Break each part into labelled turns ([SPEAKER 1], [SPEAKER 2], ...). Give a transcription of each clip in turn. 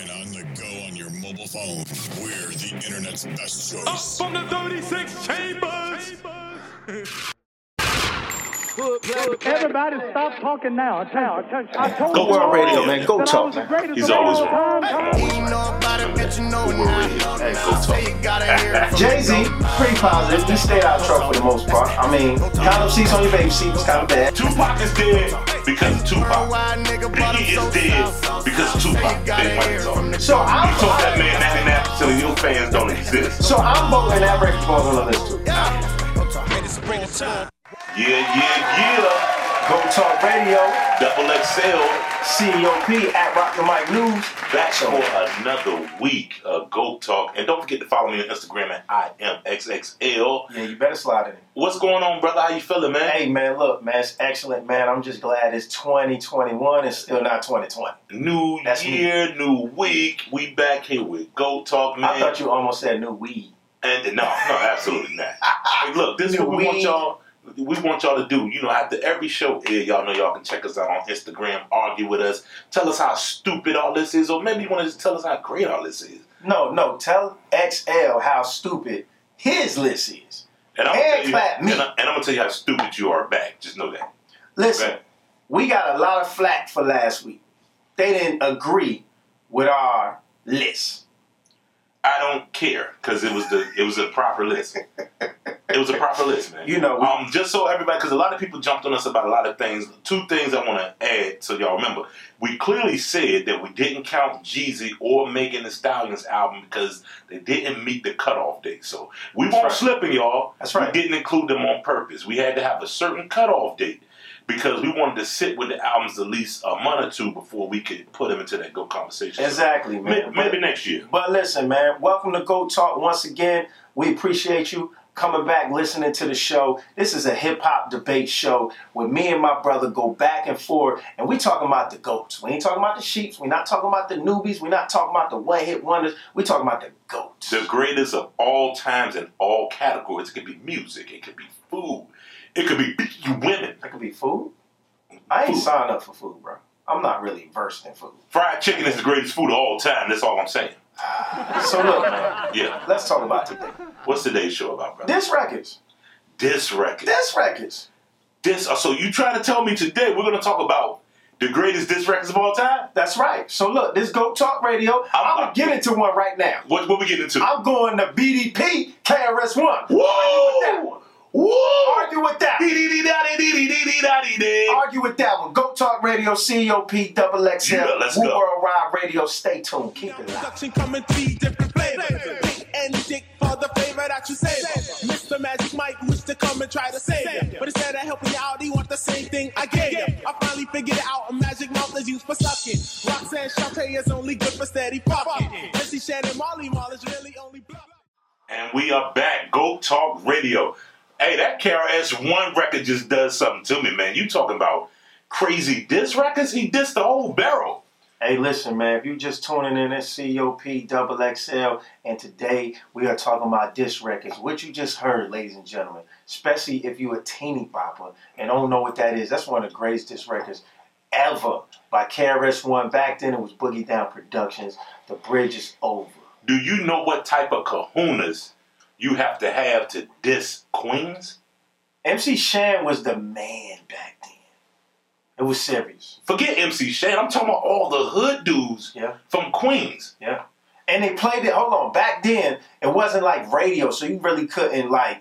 [SPEAKER 1] Go on your mobile phone. We're the internet's best choice.
[SPEAKER 2] Up from the 36 chambers.
[SPEAKER 3] Everybody stop talking now. I tell you, I told
[SPEAKER 4] Go
[SPEAKER 3] you
[SPEAKER 4] World
[SPEAKER 3] already
[SPEAKER 4] Radio, man. Go
[SPEAKER 3] that I
[SPEAKER 4] talk,
[SPEAKER 3] was the
[SPEAKER 4] man.
[SPEAKER 3] greatest
[SPEAKER 2] He's
[SPEAKER 3] of all
[SPEAKER 2] always wrong.
[SPEAKER 3] time.
[SPEAKER 4] Jay Z, pretty positive. He stayed out of trouble for the most part. I mean, condom seats on your baby seat was kind of bad.
[SPEAKER 5] Tupac is dead because of Tupac. Biggie is dead because of Tupac. Dead White is on.
[SPEAKER 4] So
[SPEAKER 5] You
[SPEAKER 4] I'm
[SPEAKER 5] told that man that and that till your fans don't exist.
[SPEAKER 4] so I'm voting that record for on this too.
[SPEAKER 5] Yeah, yeah, yeah.
[SPEAKER 4] Go Talk Radio,
[SPEAKER 5] Double XL
[SPEAKER 4] CEOP at Rock the Mic News.
[SPEAKER 5] back
[SPEAKER 4] That's all.
[SPEAKER 5] for another week of Go Talk. And don't forget to follow me on Instagram at I am XXL.
[SPEAKER 4] Yeah, you better slide it in.
[SPEAKER 5] What's going on, brother? How you feeling, man?
[SPEAKER 4] Hey man, look, man, it's excellent, man. I'm just glad it's 2021 and still not 2020.
[SPEAKER 5] New
[SPEAKER 4] That's me.
[SPEAKER 5] year, new week. We back here with Go Talk, man.
[SPEAKER 4] I thought you almost said new weed.
[SPEAKER 5] And no, no, absolutely not. Hey, look, this is what we want y'all. We want y'all to do. You know, after every show, yeah, y'all know y'all can check us out on Instagram, argue with us, tell us how stupid all this is, or maybe you want to just tell us how great all this is.
[SPEAKER 4] No, no, tell XL how stupid his list is.
[SPEAKER 5] And I'm
[SPEAKER 4] Hand
[SPEAKER 5] tell you,
[SPEAKER 4] clap me.
[SPEAKER 5] And, I, am gonna tell you how stupid you are back. Just know that.
[SPEAKER 4] Listen,
[SPEAKER 5] Okay.
[SPEAKER 4] we got a lot of flack for last week. They didn't agree with our list.
[SPEAKER 5] I don't care because it was the it was a proper list. It was a proper list, man.
[SPEAKER 4] You know, we-
[SPEAKER 5] um, just so everybody, because a lot of people jumped on us about a lot of things. Two things I want to add, so y'all remember, we clearly said that we didn't count Jeezy or Megan Thee Stallion's album because they didn't meet the cutoff date. So we
[SPEAKER 4] That's
[SPEAKER 5] won't
[SPEAKER 4] right.
[SPEAKER 5] slipping, y'all.
[SPEAKER 4] That's right.
[SPEAKER 5] We didn't include them on purpose. We had to have a certain cutoff date because we wanted to sit with the albums at least a month or two before we could put them into that good conversation.
[SPEAKER 4] Exactly,
[SPEAKER 5] May-
[SPEAKER 4] man.
[SPEAKER 5] Maybe next year.
[SPEAKER 4] But listen, man, welcome to Go Talk once again. We appreciate you coming back, listening to the show. This is a hip hop debate show where me and my brother go back and forth, and we talking about the goats. We ain't talking about the sheeps. We're not talking about the newbies. We're not talking about the one hit wonders. we talking about the goats.
[SPEAKER 5] the greatest of all times in all categories. It could be music, it could be food, it could be women,
[SPEAKER 4] That could be food. I ain't
[SPEAKER 5] Food.
[SPEAKER 4] signed up for food, bro. I'm not really versed in food.
[SPEAKER 5] fried chicken is the greatest food of all time. That's all I'm saying.
[SPEAKER 4] So look, man,
[SPEAKER 5] Yeah.
[SPEAKER 4] let's talk about today.
[SPEAKER 5] What's today's show about, brother?
[SPEAKER 4] This records.
[SPEAKER 5] This record.
[SPEAKER 4] This records.
[SPEAKER 5] This. So you trying to tell me today we're gonna talk about the greatest disc records of all time?
[SPEAKER 4] That's right. So look, this Go Talk Radio. I'm gonna get into one right now.
[SPEAKER 5] What? What we getting into?
[SPEAKER 4] I'm going to BDP KRS One.
[SPEAKER 5] Whoa! Whoa!
[SPEAKER 4] Argue with that.
[SPEAKER 5] Dee-dee-dee-da-dee-dee-dee-dee-da-dee-dee.
[SPEAKER 4] Argue with that one. Go Talk Radio, COP, Double XL,
[SPEAKER 5] Yeah, let's
[SPEAKER 4] Woo
[SPEAKER 5] go.
[SPEAKER 4] World Wide Radio. Stay tuned. Keep it locked.
[SPEAKER 6] Production coming three different flavors. Big and dick for the flavor that you savor. Mr. Magic Mike used to come and try to save him. But instead of helping out, he want the same thing I gave him. I finally figured out a magic mouth is used for sucking. Roxanne Shante is only good for steady popping. Missy Shannon Molly Mall is really only bluff.
[SPEAKER 5] And we are back. Go Talk Radio. Hey, that KRS One record just does something to me, man. You talking about crazy diss records? He dissed the whole barrel.
[SPEAKER 4] Hey, listen, man. If you just tuning in, it's COP, Double XL, and today we are talking about disc records. What you just heard, ladies and gentlemen, especially if you a teeny bopper and don't know what that is, that's one of the greatest disc records ever by KRS One. Back then, it was Boogie Down Productions. The bridge is over.
[SPEAKER 5] Do you know what type of kahunas you have to have to diss Queens?
[SPEAKER 4] MC Shan was the man back then. It was serious.
[SPEAKER 5] Forget MC Shan. I'm talking about all the hood dudes
[SPEAKER 4] Yeah.
[SPEAKER 5] from Queens.
[SPEAKER 4] Yeah. And they played it, hold on, back then it wasn't like radio, so you really couldn't like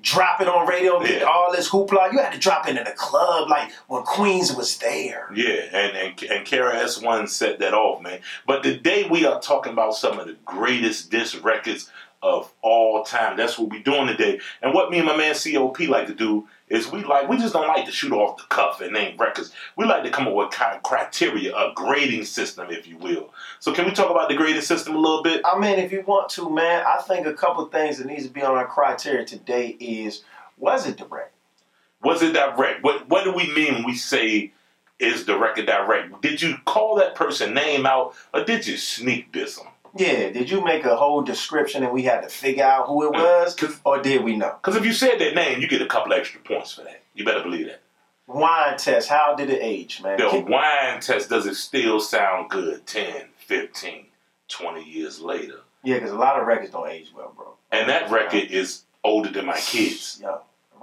[SPEAKER 4] drop it on radio and get
[SPEAKER 5] Yeah.
[SPEAKER 4] all this hoopla. You had to drop it in a club like when Queens was there.
[SPEAKER 5] Yeah, and and and KRS One set that off, man. But today we are talking about some of the greatest diss records of all time. That's what we're doing today. And what me and my man COP like to do is we like we just don't like to shoot off the cuff and name records. We like to come up with kind of criteria, a grading system, if you will. So can we talk about the grading system a little bit?
[SPEAKER 4] I mean, if you want to, man, I think a couple things that needs to be on our criteria today is was it direct?
[SPEAKER 5] Was it direct? What what do we mean when we say is the record direct? Did you call that person name out or did you sneak diss them?
[SPEAKER 4] Yeah, did you make a whole description and we had to figure out who
[SPEAKER 5] Uh,
[SPEAKER 4] it was? Or did we know?
[SPEAKER 5] Because if you said their name, you get a couple extra points for that. You better believe that.
[SPEAKER 4] Wine test, how did it age, man?
[SPEAKER 5] The wine test, does it still sound good? 10, 15, 20 years later.
[SPEAKER 4] Yeah, because a lot of records don't age well, bro.
[SPEAKER 5] And that record is older than my kids,
[SPEAKER 4] Yo,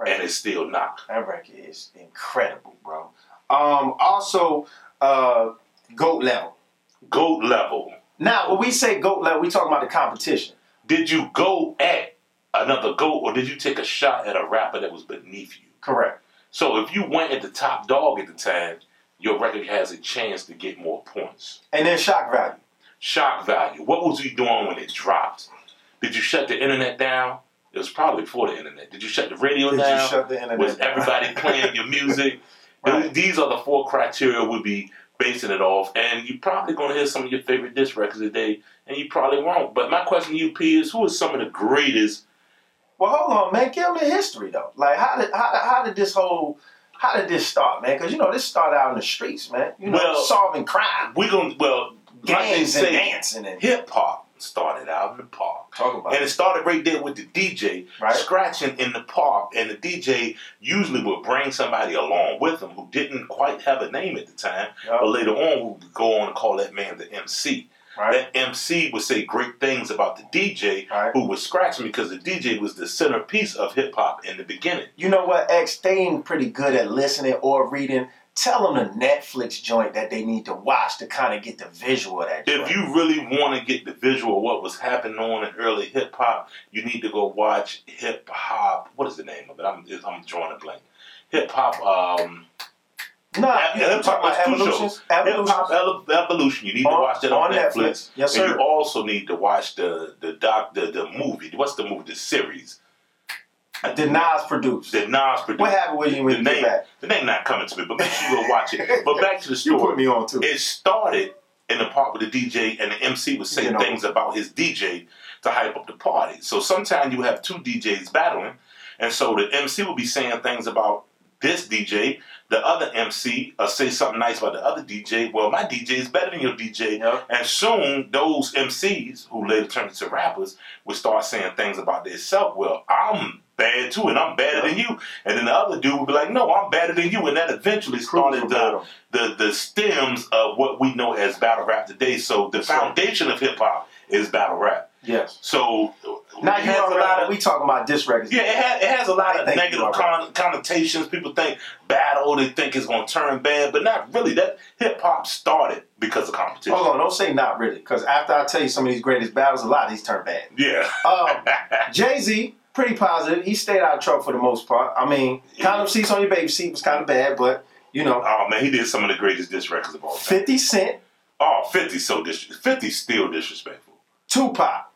[SPEAKER 5] and
[SPEAKER 4] record,
[SPEAKER 5] it's still knock.
[SPEAKER 4] that record is incredible, bro. Um, also, uh, goat level.
[SPEAKER 5] Goat level.
[SPEAKER 4] Now, when we say goat level, we talking about the competition.
[SPEAKER 5] Did you go at another goat, or did you take a shot at a rapper that was beneath you?
[SPEAKER 4] Correct.
[SPEAKER 5] So if you went at the top dog at the time, your record has a chance to get more points.
[SPEAKER 4] And then shock value.
[SPEAKER 5] Shock value. What was you doing when it dropped? Did you shut the internet down? It was probably before the internet. Did you shut the radio
[SPEAKER 4] Did you
[SPEAKER 5] down?
[SPEAKER 4] shut the internet
[SPEAKER 5] was
[SPEAKER 4] down?
[SPEAKER 5] everybody playing your music?
[SPEAKER 4] Right.
[SPEAKER 5] Those- These are the four criteria we'll be basing it off. And you're probably going to hear some of your favorite disc records today, and you probably won't. But my question to you, P, is who is some of the greatest?
[SPEAKER 4] Well, hold on, man. Give me the history though. Like, how did how did, how did this whole how did this start, man? Because you know this started out in the streets, man. You know,
[SPEAKER 5] Well-
[SPEAKER 4] solving crime,
[SPEAKER 5] We're going to, well, my thing
[SPEAKER 4] gangs, and
[SPEAKER 5] say-
[SPEAKER 4] dancing, and
[SPEAKER 5] hip hop started out in the park.
[SPEAKER 4] Talk about
[SPEAKER 5] and
[SPEAKER 4] it.
[SPEAKER 5] it started right there with the DJ
[SPEAKER 4] Right.
[SPEAKER 5] scratching in the park, and the DJ usually would bring somebody along with him who didn't quite have a name at the time,
[SPEAKER 4] Yup.
[SPEAKER 5] but later on would go on and call that man the MC.
[SPEAKER 4] right?
[SPEAKER 5] That MC would say great things about the DJ
[SPEAKER 4] Right.
[SPEAKER 5] who was scratching because the DJ was the centerpiece of hip hop in the beginning.
[SPEAKER 4] You know what, X? They ain't pretty good at listening or reading. Tell them the Netflix joint that they need to watch to kind of get the visual of that.
[SPEAKER 5] If
[SPEAKER 4] joint.
[SPEAKER 5] you really want to get the visual of what was happening on in early hip hop, you need to go watch hip hop. What is the name of it? I'm I'm drawing a blank. Hip hop. Um,
[SPEAKER 4] nah, you
[SPEAKER 5] Hip
[SPEAKER 4] you talking
[SPEAKER 5] hop
[SPEAKER 4] about
[SPEAKER 5] evolution.
[SPEAKER 4] evolutions?
[SPEAKER 5] Hip hop
[SPEAKER 4] Evolutions?
[SPEAKER 5] ele- evolution. You need to
[SPEAKER 4] On-
[SPEAKER 5] watch that on,
[SPEAKER 4] on
[SPEAKER 5] Netflix.
[SPEAKER 4] Netflix. Yes,
[SPEAKER 5] and
[SPEAKER 4] sir.
[SPEAKER 5] you also need to watch the the doc the, the movie. What's the movie? The series.
[SPEAKER 4] Did Nas produce?
[SPEAKER 5] The Nas produced.
[SPEAKER 4] What happened with you when
[SPEAKER 5] the
[SPEAKER 4] you
[SPEAKER 5] name,
[SPEAKER 4] get back?
[SPEAKER 5] the name not coming to me, but make sure you go watch it. But back to the story.
[SPEAKER 4] on too.
[SPEAKER 5] It started in the part with the DJ and the MC would say
[SPEAKER 4] You know.
[SPEAKER 5] things about his DJ to hype up the party. So sometimes you have two DJs battling, and so the MC will be saying things about this DJ, the other MC uh, say something nice about the other DJ. Well, my DJ is better than your DJ,
[SPEAKER 4] Yeah.
[SPEAKER 5] and soon those MCs who later turned into rappers would start saying things about themselves. Well, I'm bad too, and I'm better than you. And then the other dude would be like, No, I'm better than you, and that eventually started
[SPEAKER 4] Crucial
[SPEAKER 5] uh, the
[SPEAKER 4] battle.
[SPEAKER 5] the the stems of what we know as battle rap today. So the
[SPEAKER 4] right.
[SPEAKER 5] foundation of hip hop is battle rap.
[SPEAKER 4] Yes.
[SPEAKER 5] So
[SPEAKER 4] Now you
[SPEAKER 5] it has
[SPEAKER 4] know
[SPEAKER 5] a lot of
[SPEAKER 4] we talking about disc records.
[SPEAKER 5] yeah, it has, it has a lot
[SPEAKER 4] I
[SPEAKER 5] of
[SPEAKER 4] think you
[SPEAKER 5] negative
[SPEAKER 4] are
[SPEAKER 5] con- connotations. People think battle, they think it's going to turn bad, but not really. That hip hop started because of competition.
[SPEAKER 4] Hold on, don't say not really, because after I tell you some of these greatest battles, a lot of these turn bad.
[SPEAKER 5] Yeah, Oh,
[SPEAKER 4] Um, Jay Z, pretty positive. He stayed out of trouble for the most part. I mean, condom seats on your baby seat was kind of bad, but you know,
[SPEAKER 5] oh man, he did some of the greatest diss records of all time.
[SPEAKER 4] Fifty Cent,
[SPEAKER 5] Oh, 50 so dis- 50 still disrespectful.
[SPEAKER 4] Tupac.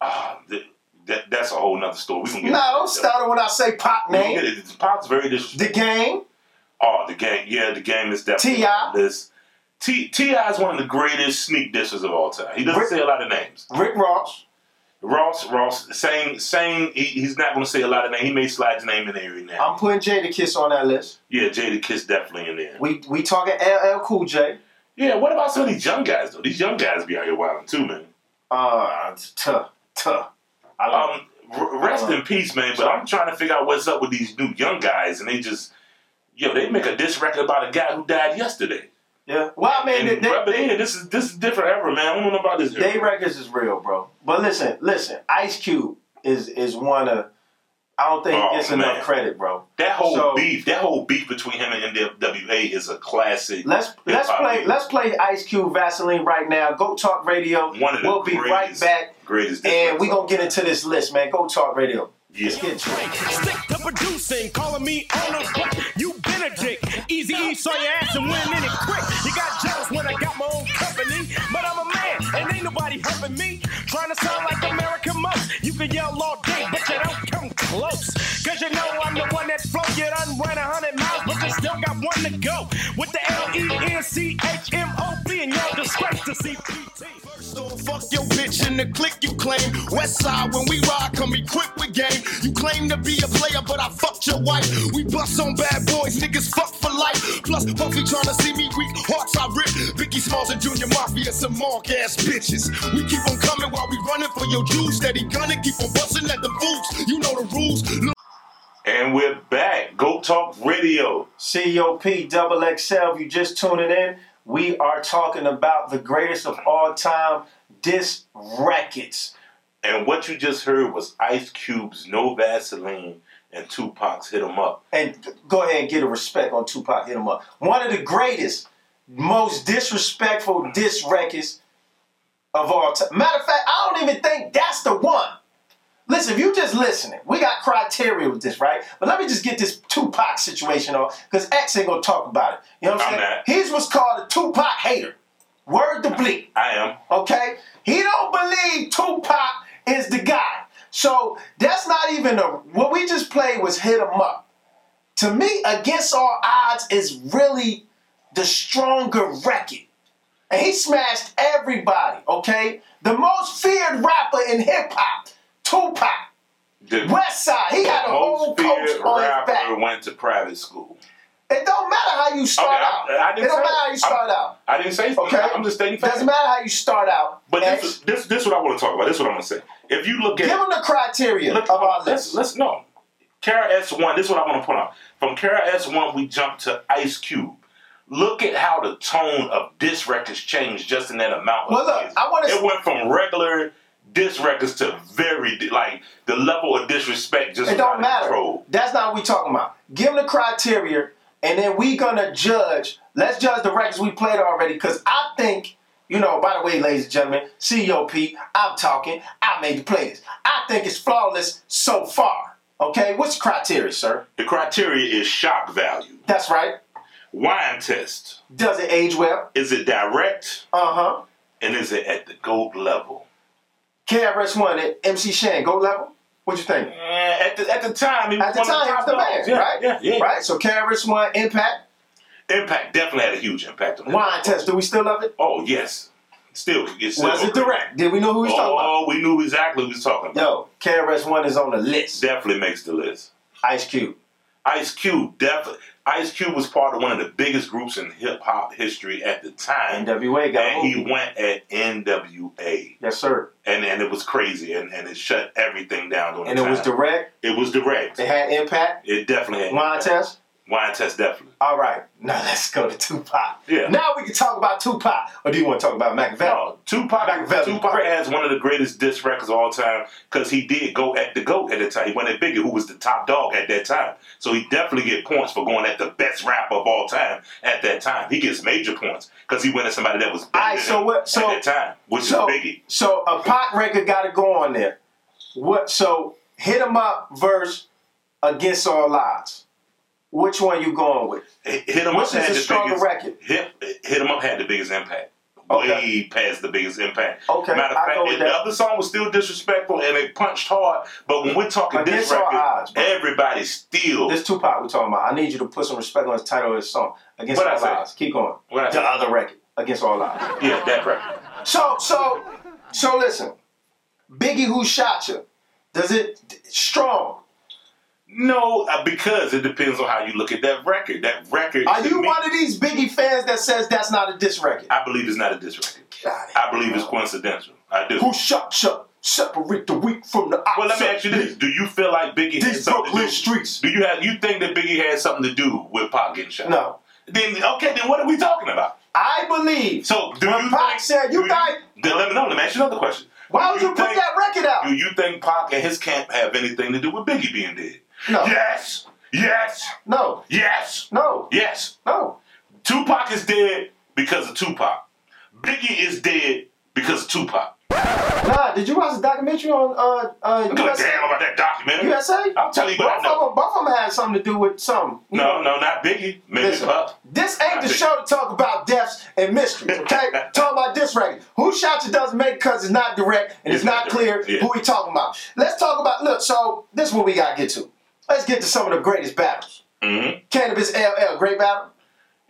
[SPEAKER 5] Ah, th- that, that's a whole nother story. We can get
[SPEAKER 4] No, don't start it when I say Pop name.
[SPEAKER 5] Pop's very disrespectful.
[SPEAKER 4] The Game,
[SPEAKER 5] Oh, the game. Yeah, the game is definitely
[SPEAKER 4] T.I.
[SPEAKER 5] on this. T Ti is one of the greatest sneak dishes of all time. He doesn't
[SPEAKER 4] Rick-
[SPEAKER 5] say a lot of names.
[SPEAKER 4] Rick Ross,
[SPEAKER 5] Ross, Ross, same, same. He, he's not going to say a lot of names. He may slide his name in there every now.
[SPEAKER 4] I'm putting Jada Kiss on that list.
[SPEAKER 5] yeah, Jada Kiss definitely in there.
[SPEAKER 4] We we talking LL Cool J.
[SPEAKER 5] Yeah, what about some of these young guys though? These young guys be out here wilding too, man.
[SPEAKER 4] Uh, tuh, tuh. I love
[SPEAKER 5] Um, r- rest
[SPEAKER 4] Uh-huh.
[SPEAKER 5] in peace, man. But I'm trying to figure out what's up with these new young guys, and they just, yo, they make a diss record about a guy who died yesterday.
[SPEAKER 4] yeah. Well, I mean,
[SPEAKER 5] And
[SPEAKER 4] they- they-
[SPEAKER 5] rub it in. This is this is different era, man. I don't know about this. era.
[SPEAKER 4] They records is real, bro. But listen, listen. Ice Cube is is one of. I don't think
[SPEAKER 5] Oh,
[SPEAKER 4] he gets
[SPEAKER 5] man.
[SPEAKER 4] enough credit, bro.
[SPEAKER 5] That whole
[SPEAKER 4] So-
[SPEAKER 5] beef, that whole beef between him and NWA is a classic.
[SPEAKER 4] Let's let's
[SPEAKER 5] hip-hop
[SPEAKER 4] play
[SPEAKER 5] beef.
[SPEAKER 4] let's play Ice Cube Vaseline right now. Go Talk Radio.
[SPEAKER 5] One of the
[SPEAKER 4] we'll be right
[SPEAKER 5] greatest-
[SPEAKER 4] back,
[SPEAKER 5] greatest.
[SPEAKER 4] and
[SPEAKER 5] disrespect.
[SPEAKER 4] we gonna get into this list, man. Go Talk Radio.
[SPEAKER 5] Yeah.
[SPEAKER 4] Let's get to it.
[SPEAKER 6] Stick to producing, calling me on the block. You been a dick. Easy E saw your ass and went in it quick. You got jealous when I got my own company. But I'm a man, and ain't nobody helping me. Trying to sound like American most. You can yell all day, but you don't come close. Cause you know I'm the one that float. You done ran a hundred miles, but you still got one to go. With the E L-E-N-C-H-M-O-P and your disgrace to CPT.
[SPEAKER 7] So fuck your bitch and the click you claim. West side, when we ride, come equipped with game. You claim to be a player, but I fucked your wife. We bust on bad boys, niggas fuck for life. Plus, Puffy tryna see me weak, hearts I rip. Biggie Smalls and Junior Mafia, some mark ass bitches. We keep on coming while we running for your juice. Steady gunning, keep on busting at the fools. You know the rules. Look
[SPEAKER 5] And we're back. Go Talk Radio.
[SPEAKER 4] COP double XL. If you just tuning in, We are talking about the greatest of all time disc records.
[SPEAKER 5] And what you just heard was Ice Cube's No Vaseline and Tupac's Hit 'Em Up.
[SPEAKER 4] And g- go ahead and get a respect on Tupac. Hit him up. One of the greatest, most disrespectful disc records of all time. Matter of fact, I don't even think that's the one. Listen, if you just listening, we got criteria with this, right? But let me just get this Tupac situation off, because X ain't gonna talk about it. You know what I'm
[SPEAKER 5] I'm
[SPEAKER 4] saying?
[SPEAKER 5] not.
[SPEAKER 4] He's what's called a Tupac hater. Word to bleep
[SPEAKER 5] I am.
[SPEAKER 4] okay? He don't believe Tupac is the guy. So that's not even a what we just played was hit him up. To me, against all odds is really the stronger record. And he smashed everybody, okay? The most feared rapper in hip hop, Tupac.
[SPEAKER 5] The
[SPEAKER 4] West Side, he had a whole
[SPEAKER 5] most
[SPEAKER 4] coach
[SPEAKER 5] feared
[SPEAKER 4] on his
[SPEAKER 5] rapper
[SPEAKER 4] back.
[SPEAKER 5] went to private school.
[SPEAKER 4] It don't matter how you start
[SPEAKER 5] Okay,
[SPEAKER 4] out.
[SPEAKER 5] I- I didn't
[SPEAKER 4] it don't
[SPEAKER 5] say-
[SPEAKER 4] matter how you start
[SPEAKER 5] I'm-
[SPEAKER 4] out.
[SPEAKER 5] I didn't say
[SPEAKER 4] Okay,
[SPEAKER 5] something. I'm just stating facts.
[SPEAKER 4] Doesn't matter how you start out.
[SPEAKER 5] But
[SPEAKER 4] X,
[SPEAKER 5] this is this this is what I want to talk about. This is what I'm gonna say. If you look
[SPEAKER 4] give
[SPEAKER 5] at
[SPEAKER 4] them the criteria
[SPEAKER 5] look,
[SPEAKER 4] of our
[SPEAKER 5] let's
[SPEAKER 4] list.
[SPEAKER 5] let's no. Kara S one, this is what I want to point out. From Kara S one we jump to Ice Cube. Look at how the tone of diss records changed just in that amount of
[SPEAKER 4] Well, look,
[SPEAKER 5] years.
[SPEAKER 4] I wanna-
[SPEAKER 5] it went from regular diss records to very di- like the level of disrespect just
[SPEAKER 4] It
[SPEAKER 5] was out
[SPEAKER 4] don't
[SPEAKER 5] of
[SPEAKER 4] matter.
[SPEAKER 5] control.
[SPEAKER 4] That's not what we talking about. Give them the criteria, and then we gonna judge. Let's judge the records we played already, because I think, you know, by the way, ladies and gentlemen, COP, I'm talking, I made the playlist. I think it's flawless so far. Okay, what's the criteria, sir?
[SPEAKER 5] The criteria is shock value.
[SPEAKER 4] That's right.
[SPEAKER 5] Wine test.
[SPEAKER 4] Does it age well?
[SPEAKER 5] Is it direct?
[SPEAKER 4] Uh-huh.
[SPEAKER 5] And is it at the GOAT level?
[SPEAKER 4] KRS1 at MC Shan, go level? What you think?
[SPEAKER 5] Eh, At the, at the time, he was
[SPEAKER 4] At the
[SPEAKER 5] one
[SPEAKER 4] time, he was
[SPEAKER 5] of
[SPEAKER 4] the
[SPEAKER 5] the top
[SPEAKER 4] man,
[SPEAKER 5] dogs. Yeah,
[SPEAKER 4] right?
[SPEAKER 5] Yeah, yeah.
[SPEAKER 4] Right? So KRS1, Impact,
[SPEAKER 5] Impact definitely had a huge impact on him.
[SPEAKER 4] Wine Test, do we still love it?
[SPEAKER 5] Oh yes, still it's still
[SPEAKER 4] Was it
[SPEAKER 5] okay.
[SPEAKER 4] direct? Did we know who we was talking about?
[SPEAKER 5] Oh, we knew exactly what he was talking about.
[SPEAKER 4] Yo, KRS One is on the list.
[SPEAKER 5] Definitely makes the list.
[SPEAKER 4] Ice Cube.
[SPEAKER 5] Ice Cube definitely. Ice Cube was part of one of the biggest groups in hip hop history at the time,
[SPEAKER 4] NWA got
[SPEAKER 5] and he
[SPEAKER 4] moved.
[SPEAKER 5] went at NWA,
[SPEAKER 4] Yes, sir.
[SPEAKER 5] and and it was crazy, and, and it shut everything down during
[SPEAKER 4] And
[SPEAKER 5] the
[SPEAKER 4] it was
[SPEAKER 5] time.
[SPEAKER 4] direct.
[SPEAKER 5] It was direct.
[SPEAKER 4] It had impact.
[SPEAKER 5] It definitely had
[SPEAKER 4] Wine test.
[SPEAKER 5] Wine test definitely.
[SPEAKER 4] All right. Now let's go to Tupac.
[SPEAKER 5] Yeah.
[SPEAKER 4] Now we can talk about Tupac. Or do you want to talk about Machiavelli?
[SPEAKER 5] No, Tupac,
[SPEAKER 4] Machiavelli.
[SPEAKER 5] Tupac has one of the greatest diss records of all time because he did go at the GOAT at the time. He went at Biggie, who was the top dog at that time. So he definitely get points for going at the best rapper of all time at that time. He gets major points because he went at somebody that was better
[SPEAKER 4] Alright,
[SPEAKER 5] than
[SPEAKER 4] so
[SPEAKER 5] him
[SPEAKER 4] what- so-
[SPEAKER 5] at that time, which
[SPEAKER 4] So,
[SPEAKER 5] is Biggie.
[SPEAKER 4] so a pot record got to go on there. What? So hit 'em up verse against all odds. Which one you going with?
[SPEAKER 5] Hit hit him
[SPEAKER 4] Which
[SPEAKER 5] up
[SPEAKER 4] is
[SPEAKER 5] had
[SPEAKER 4] a
[SPEAKER 5] the
[SPEAKER 4] stronger
[SPEAKER 5] biggest,
[SPEAKER 4] record?
[SPEAKER 5] Hit, hit him up had the biggest impact.
[SPEAKER 4] Okay.
[SPEAKER 5] Way past the biggest impact.
[SPEAKER 4] Okay,
[SPEAKER 5] Matter of
[SPEAKER 4] I
[SPEAKER 5] fact,
[SPEAKER 4] go with
[SPEAKER 5] and the
[SPEAKER 4] that.
[SPEAKER 5] other song was still disrespectful and it punched hard. But when we're talking
[SPEAKER 4] Against
[SPEAKER 5] this
[SPEAKER 4] all
[SPEAKER 5] record,
[SPEAKER 4] odds, bro.
[SPEAKER 5] everybody still
[SPEAKER 4] This Tupac we talking about. I need you to put some respect on the title of his song. Against
[SPEAKER 5] What'd I
[SPEAKER 4] all
[SPEAKER 5] say?
[SPEAKER 4] odds. Keep going.
[SPEAKER 5] What'd I
[SPEAKER 4] the
[SPEAKER 5] say?
[SPEAKER 4] other record. Against all odds.
[SPEAKER 5] Yeah, that record.
[SPEAKER 4] So so so listen, Biggie who shot you? Does it strong?
[SPEAKER 5] No, uh, because it depends on how you look at that record. That record.
[SPEAKER 4] Are
[SPEAKER 5] to
[SPEAKER 4] you
[SPEAKER 5] me,
[SPEAKER 4] one of these Biggie fans that says that's not a diss record?
[SPEAKER 5] I believe it's not a diss record.
[SPEAKER 4] Get outta
[SPEAKER 5] I believe it's coincidental. I do.
[SPEAKER 4] Who shot you? Separate the weak from the
[SPEAKER 5] well, let me ask you this: Do you feel like Biggie had
[SPEAKER 4] These
[SPEAKER 5] something to
[SPEAKER 4] Brooklyn
[SPEAKER 5] do-
[SPEAKER 4] streets.
[SPEAKER 5] Do you have? You think that Biggie had something to do with Pop getting shot?
[SPEAKER 4] No.
[SPEAKER 5] Then okay, then what are we talking about?
[SPEAKER 4] I believe.
[SPEAKER 5] So do
[SPEAKER 4] When
[SPEAKER 5] you
[SPEAKER 4] Pac
[SPEAKER 5] think,
[SPEAKER 4] said, you
[SPEAKER 5] do
[SPEAKER 4] guys-
[SPEAKER 5] Then let me know. Let me ask you another question.
[SPEAKER 4] why
[SPEAKER 5] Do
[SPEAKER 4] would you, put
[SPEAKER 5] think-
[SPEAKER 4] that record out?
[SPEAKER 5] Do you think Pac and his camp have anything to do with Biggie being dead?
[SPEAKER 4] No.
[SPEAKER 5] Yes. Yes.
[SPEAKER 4] no.
[SPEAKER 5] Yes.
[SPEAKER 4] No.
[SPEAKER 5] Yes.
[SPEAKER 4] No.
[SPEAKER 5] Tupac is dead because of Tupac. Biggie is dead because of Tupac.
[SPEAKER 4] Nah, did you watch the documentary on uh uh
[SPEAKER 5] I'm gonna
[SPEAKER 4] USA?
[SPEAKER 5] damn about that documentary.
[SPEAKER 4] USA?
[SPEAKER 5] I'll tell you
[SPEAKER 4] both,
[SPEAKER 5] what I know.
[SPEAKER 4] Of them, both of them had something to do with something. you know?
[SPEAKER 5] No, no, not Biggie. Maybe
[SPEAKER 4] Listen,
[SPEAKER 5] Pop.
[SPEAKER 4] this ain't the show to talk about deaths and mysteries, okay? talk about this record. Who shot you doesn't make because it's not direct and it's,
[SPEAKER 5] It's
[SPEAKER 4] not
[SPEAKER 5] not
[SPEAKER 4] clear
[SPEAKER 5] direct, yeah.
[SPEAKER 4] who he talking about. Let's talk about, look, so this is what we got to get to. Let's get to some of the greatest battles.
[SPEAKER 5] Mhm.
[SPEAKER 4] Cannabis LL, great battle.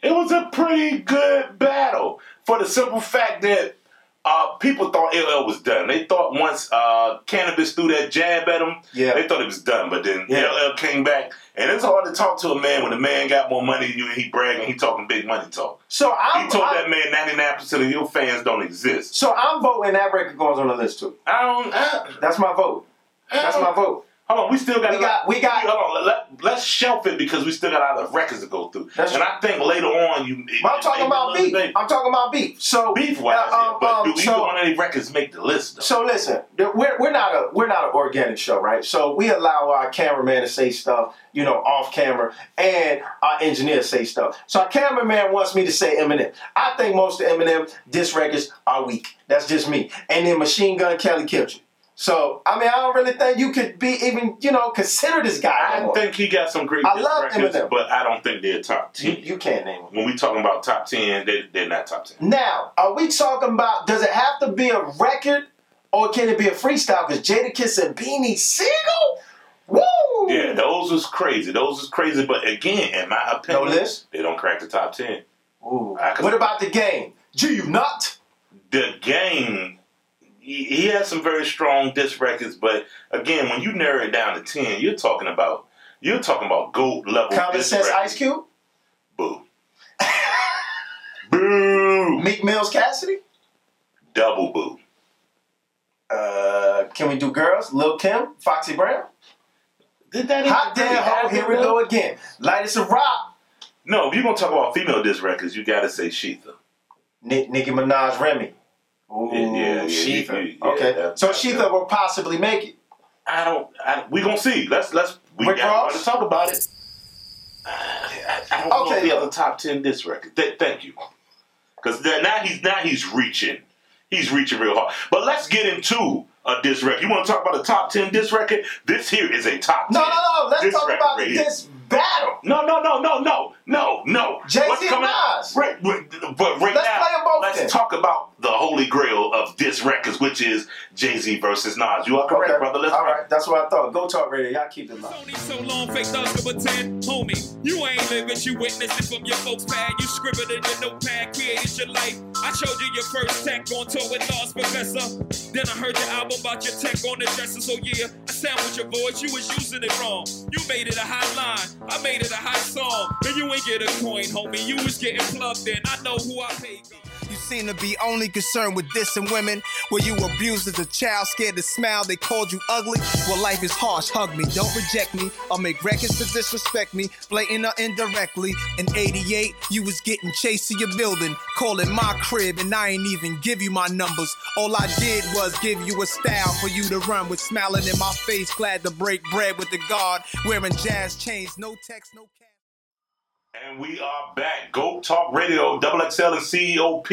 [SPEAKER 5] It was a pretty good battle for the simple fact that uh, people thought LL was done. They thought once uh, Cannabis threw that jab at him,
[SPEAKER 4] Yeah.
[SPEAKER 5] they thought it was done. But then
[SPEAKER 4] Yeah.
[SPEAKER 5] LL came back, and it's hard to talk to a man when a man got more money than you and he bragging, he talking big money talk.
[SPEAKER 4] So
[SPEAKER 5] He
[SPEAKER 4] I'm,
[SPEAKER 5] told
[SPEAKER 4] I'm-
[SPEAKER 5] that man 99% of your fans don't exist.
[SPEAKER 4] so I'm voting that record goes on the list too.
[SPEAKER 5] I don't. I,
[SPEAKER 4] That's my vote. That's my vote.
[SPEAKER 5] Hold on, we still got.
[SPEAKER 4] We got- we got-
[SPEAKER 5] Hold on, let, let's shelf it because we still got other records to go through.
[SPEAKER 4] That's
[SPEAKER 5] and
[SPEAKER 4] true.
[SPEAKER 5] I think later on you. it-
[SPEAKER 4] But I'm
[SPEAKER 5] it
[SPEAKER 4] talking
[SPEAKER 5] may
[SPEAKER 4] about
[SPEAKER 5] be
[SPEAKER 4] beef.
[SPEAKER 5] another thing.
[SPEAKER 4] I'm talking about beef. So
[SPEAKER 5] Beef wise,
[SPEAKER 4] Uh, um,
[SPEAKER 5] but do
[SPEAKER 4] um,
[SPEAKER 5] either
[SPEAKER 4] so-
[SPEAKER 5] one of these records make the list though?
[SPEAKER 4] So listen, th- we're, we're not a we're not an organic show, right? So we allow our cameraman to say stuff, you know, off camera, and our engineer say stuff. So our cameraman wants me to say Eminem. I think most of Eminem diss records are weak. That's just me. And then Machine Gun Kelly killed you. So I mean, I don't really think you could be even, you know, consider this guy. no
[SPEAKER 5] I
[SPEAKER 4] more.
[SPEAKER 5] think he got some great
[SPEAKER 4] I
[SPEAKER 5] diss
[SPEAKER 4] love
[SPEAKER 5] records,
[SPEAKER 4] Eminem.
[SPEAKER 5] but I don't think they're top
[SPEAKER 4] you,
[SPEAKER 5] ten.
[SPEAKER 4] you can't name him.
[SPEAKER 5] When we talking about top ten, they, they're not top ten.
[SPEAKER 4] Now, are we talking about? Does it have to be a record, or can it be a freestyle? Because Jadakiss and Beanie Siegel, woo!
[SPEAKER 5] Yeah, those was crazy. Those was crazy. But again, in my opinion,
[SPEAKER 4] No list?
[SPEAKER 5] they don't crack the top ten.
[SPEAKER 4] Ooh.
[SPEAKER 5] I could-
[SPEAKER 4] What about the game? Do you not?
[SPEAKER 5] the game he, he has some very strong disc records but again when you narrow it down to 10 you're talking about you're talking about gold level
[SPEAKER 4] Common
[SPEAKER 5] disc
[SPEAKER 4] Sense
[SPEAKER 5] records.
[SPEAKER 4] Ice Cube?
[SPEAKER 5] boo boo
[SPEAKER 4] Meek Mills Cassidy?
[SPEAKER 5] double boo
[SPEAKER 4] Uh, can we do girls? Lil Kim? Foxy Brown?
[SPEAKER 5] did that
[SPEAKER 4] Hot
[SPEAKER 5] even really
[SPEAKER 4] damn ho,
[SPEAKER 5] happen,
[SPEAKER 4] here we
[SPEAKER 5] though?
[SPEAKER 4] go again. Light as a rock.
[SPEAKER 5] no if you're gonna talk about female disc records you gotta say Sheetha
[SPEAKER 4] Nick, Nicki Minaj, Remy. Ooh,
[SPEAKER 5] Yeah, yeah, yeah,
[SPEAKER 4] Sheetha.
[SPEAKER 5] you- you- yeah,
[SPEAKER 4] okay,
[SPEAKER 5] that-
[SPEAKER 4] so
[SPEAKER 5] that-
[SPEAKER 4] Sheetha
[SPEAKER 5] that-
[SPEAKER 4] will possibly make it.
[SPEAKER 5] I don't I, we gonna see let's let's we
[SPEAKER 4] Rick
[SPEAKER 5] got
[SPEAKER 4] Ross?
[SPEAKER 5] to talk about it I, I I don't
[SPEAKER 4] Okay,
[SPEAKER 5] know the
[SPEAKER 4] look.
[SPEAKER 5] other top 10 disc records Th- thank you Because now he's now he's reaching. He's reaching real hard. But let's get into a diss record. You want to talk about a top ten diss record? This here is a top
[SPEAKER 4] No,
[SPEAKER 5] ten.
[SPEAKER 4] no, no. Let's
[SPEAKER 5] diss
[SPEAKER 4] talk
[SPEAKER 5] record
[SPEAKER 4] about
[SPEAKER 5] right here.
[SPEAKER 4] this battle.
[SPEAKER 5] No, no, no, no, no, no, no.
[SPEAKER 4] Jay-Z
[SPEAKER 5] What's
[SPEAKER 4] and
[SPEAKER 5] coming up-
[SPEAKER 4] Nas.
[SPEAKER 5] Right, right, but right
[SPEAKER 4] Let's
[SPEAKER 5] now,
[SPEAKER 4] play 'em both
[SPEAKER 5] let's
[SPEAKER 4] then.
[SPEAKER 5] talk about the holy grail of diss records, which is Jay Z versus Nas. You are correct,
[SPEAKER 4] Okay,
[SPEAKER 5] brother. Let's
[SPEAKER 4] All
[SPEAKER 5] rock.
[SPEAKER 4] right, that's what I thought. Go talk radio. Y'all keep it locked.
[SPEAKER 8] Sony so long, fake thug to pretend, homie. You ain't living, you witnessing from your folks' pad. You scribbled in your notepad, created your life. I showed you your first tech on tour with Lost Professor. Then I heard your album about your tech on the dresser. So yeah, I sampled your voice, you was using it wrong. You made it a hot line, I made it a hot song. And you ain't get a coin, homie. You was getting plugged in. I know who I paid.
[SPEAKER 9] You seem to be only concerned with dissing women. Were you abused as a child, scared to smile? They called you ugly. Well, life is harsh. Hug me, don't reject me. I'll make records to disrespect me, blatant or indirectly. In '88, you was getting chased to your building, calling my crib, and I ain't even give you my numbers. All I did was give you a style for you to run with, smiling in my face, glad to break bread with the guard, wearing jazz chains, no text, no. cash.
[SPEAKER 5] And we are back. Go Talk Radio, Double XL and CEOP.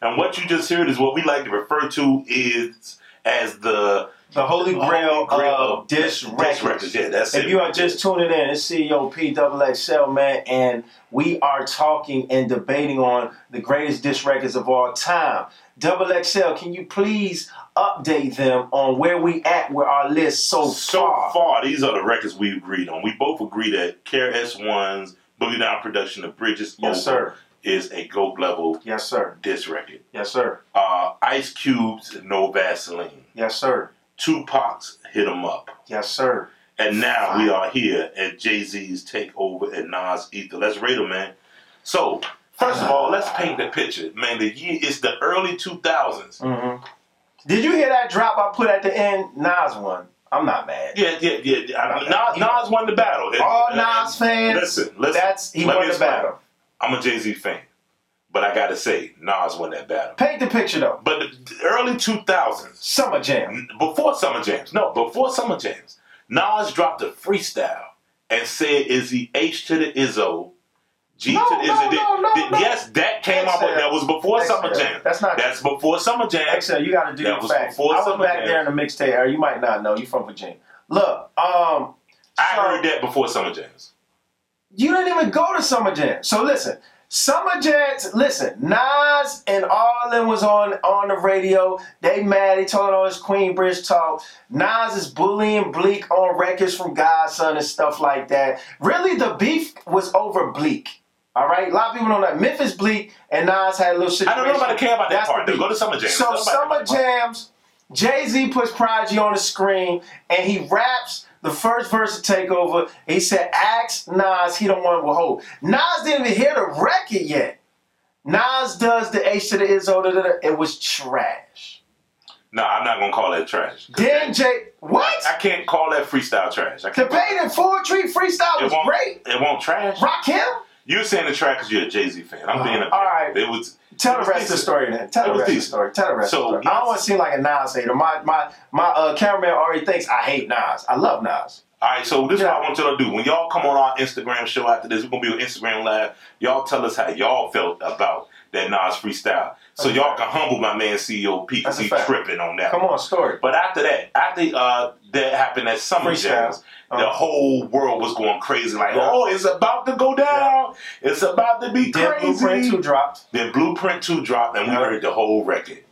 [SPEAKER 5] And what you just heard is what we like to refer to is as the
[SPEAKER 4] The holy
[SPEAKER 5] Holy
[SPEAKER 4] grail,
[SPEAKER 5] grail
[SPEAKER 4] of
[SPEAKER 5] of
[SPEAKER 4] diss
[SPEAKER 5] diss
[SPEAKER 4] Uh, records.
[SPEAKER 5] records. Yeah, that's
[SPEAKER 4] if
[SPEAKER 5] it.
[SPEAKER 4] you are just tuning in, it's E CEOP Double XL, man, and we are talking and debating on the greatest diss records of all time. Double XL, can you please update them on where we at with our list so,
[SPEAKER 5] so far, these are the records we agreed on. We both agree that KRS One's Boogie Down production of Bridges
[SPEAKER 4] Yes,
[SPEAKER 5] Over
[SPEAKER 4] sir.
[SPEAKER 5] is a gold level
[SPEAKER 4] Yes, sir.
[SPEAKER 5] diss record.
[SPEAKER 4] Yes, sir.
[SPEAKER 5] Uh, Ice Cube's No Vaseline,
[SPEAKER 4] Yes, sir.
[SPEAKER 5] Tupac's Hit 'Em Up,
[SPEAKER 4] Yes, sir.
[SPEAKER 5] and now we are here at Jay Z's Takeover and Nas Ether. Let's rate them, man. So first of all, let's paint the picture, man. The year it's the early two thousands.
[SPEAKER 4] Mm-hmm. Did you hear that drop I put at the end? Nas one. I'm not mad.
[SPEAKER 5] Yeah, yeah, yeah. yeah. I- Nas, Nas won the battle. And-
[SPEAKER 4] All
[SPEAKER 5] and-
[SPEAKER 4] Nas fans.
[SPEAKER 5] Listen, listen.
[SPEAKER 4] That's he
[SPEAKER 5] Let
[SPEAKER 4] won
[SPEAKER 5] me
[SPEAKER 4] the
[SPEAKER 5] explain.
[SPEAKER 4] battle.
[SPEAKER 5] I'm a Jay Z fan, but I gotta say, Nas won that battle.
[SPEAKER 4] Paint the picture though.
[SPEAKER 5] But the early 2000s,
[SPEAKER 4] Summer Jam.
[SPEAKER 5] before Summer Jams, no, before Summer Jams, Nas dropped a freestyle and said, "Is he H to the Izzo?" G
[SPEAKER 4] No,
[SPEAKER 5] to the
[SPEAKER 4] no,
[SPEAKER 5] Izzo.
[SPEAKER 4] no, no,
[SPEAKER 5] Th-
[SPEAKER 4] no.
[SPEAKER 5] Yes, that came out, but
[SPEAKER 4] Excel.
[SPEAKER 5] that was before
[SPEAKER 4] Excel.
[SPEAKER 5] Summer Jam.
[SPEAKER 4] That's not-
[SPEAKER 5] That's before Summer Jam.
[SPEAKER 4] Excel, you got to do
[SPEAKER 5] That
[SPEAKER 4] your
[SPEAKER 5] was
[SPEAKER 4] facts. I
[SPEAKER 5] before
[SPEAKER 4] was
[SPEAKER 5] Summer
[SPEAKER 4] back
[SPEAKER 5] Jam.
[SPEAKER 4] there in the mixtape era. You might not know. You from Virginia. Look, um,
[SPEAKER 5] I
[SPEAKER 4] so-
[SPEAKER 5] heard that before Summer Jams.
[SPEAKER 4] you didn't even go to Summer Jam. So listen, Summer Jams. Listen, Nas and all them was on on the radio. They mad. They talking all this Queenbridge talk. Nas is bullying Bleak on records from Godson and stuff like that. Really, the beef was over Bleak. All right, a lot of people don't know. Memphis Bleak and Nas had a little situation.
[SPEAKER 5] I don't know nobody care about that
[SPEAKER 4] That's
[SPEAKER 5] part.
[SPEAKER 4] the
[SPEAKER 5] Though.
[SPEAKER 4] beef.
[SPEAKER 5] Go to Summer Jams.
[SPEAKER 4] So
[SPEAKER 5] Nobody-
[SPEAKER 4] Summer Jams, Jay Z puts Prodigy on the screen, and he raps the first verse of Takeover. He said, "Ask Nas, he don't want to hold." Nas didn't even hear the record yet. Nas does the H to the Izzo. Da, da, da. It was trash.
[SPEAKER 5] No, I'm not gonna call that trash.
[SPEAKER 4] Dan J. What?
[SPEAKER 5] I can't call that freestyle trash. I can't.
[SPEAKER 4] Debate and poetry freestyle
[SPEAKER 5] It
[SPEAKER 4] was
[SPEAKER 5] won't.
[SPEAKER 4] great.
[SPEAKER 5] It won't trash.
[SPEAKER 4] Rock him.
[SPEAKER 5] You're saying the trash because you're a Jay Z fan. I'm being a.
[SPEAKER 4] Uh, all right.
[SPEAKER 5] It was.
[SPEAKER 4] Tell
[SPEAKER 5] it
[SPEAKER 4] the
[SPEAKER 5] was
[SPEAKER 4] rest of the
[SPEAKER 5] decent.
[SPEAKER 4] story then. Tell
[SPEAKER 5] It
[SPEAKER 4] the rest
[SPEAKER 5] was
[SPEAKER 4] of the
[SPEAKER 5] decent.
[SPEAKER 4] story. Tell the rest
[SPEAKER 5] So,
[SPEAKER 4] of the story. I don't want to seem like a Nas hater. My my my uh, cameraman already thinks I hate Nas. I love Nas.
[SPEAKER 5] All right, so this is
[SPEAKER 4] Yeah.
[SPEAKER 5] what I want y'all to do. When y'all come on our Instagram show after this, we're gonna be on Instagram live. Y'all tell us how y'all felt about that Nas freestyle, so
[SPEAKER 4] That's a
[SPEAKER 5] y'all
[SPEAKER 4] fact.
[SPEAKER 5] can humble my man CEO P because
[SPEAKER 4] That's a
[SPEAKER 5] he
[SPEAKER 4] fact.
[SPEAKER 5] tripping on that.
[SPEAKER 4] Come
[SPEAKER 5] one.
[SPEAKER 4] on, story.
[SPEAKER 5] But after that, after uh, that happened at Summer
[SPEAKER 4] Freestyle.
[SPEAKER 5] Jams,
[SPEAKER 4] Uh-huh.
[SPEAKER 5] the whole world was going crazy. Like,
[SPEAKER 4] Yeah.
[SPEAKER 5] oh, it's about to go down. It's about to be
[SPEAKER 4] Then Blueprint
[SPEAKER 5] crazy.
[SPEAKER 4] Two dropped. Uh-huh.
[SPEAKER 5] Then Blueprint 2 dropped, and we
[SPEAKER 4] Yeah.
[SPEAKER 5] heard the whole record.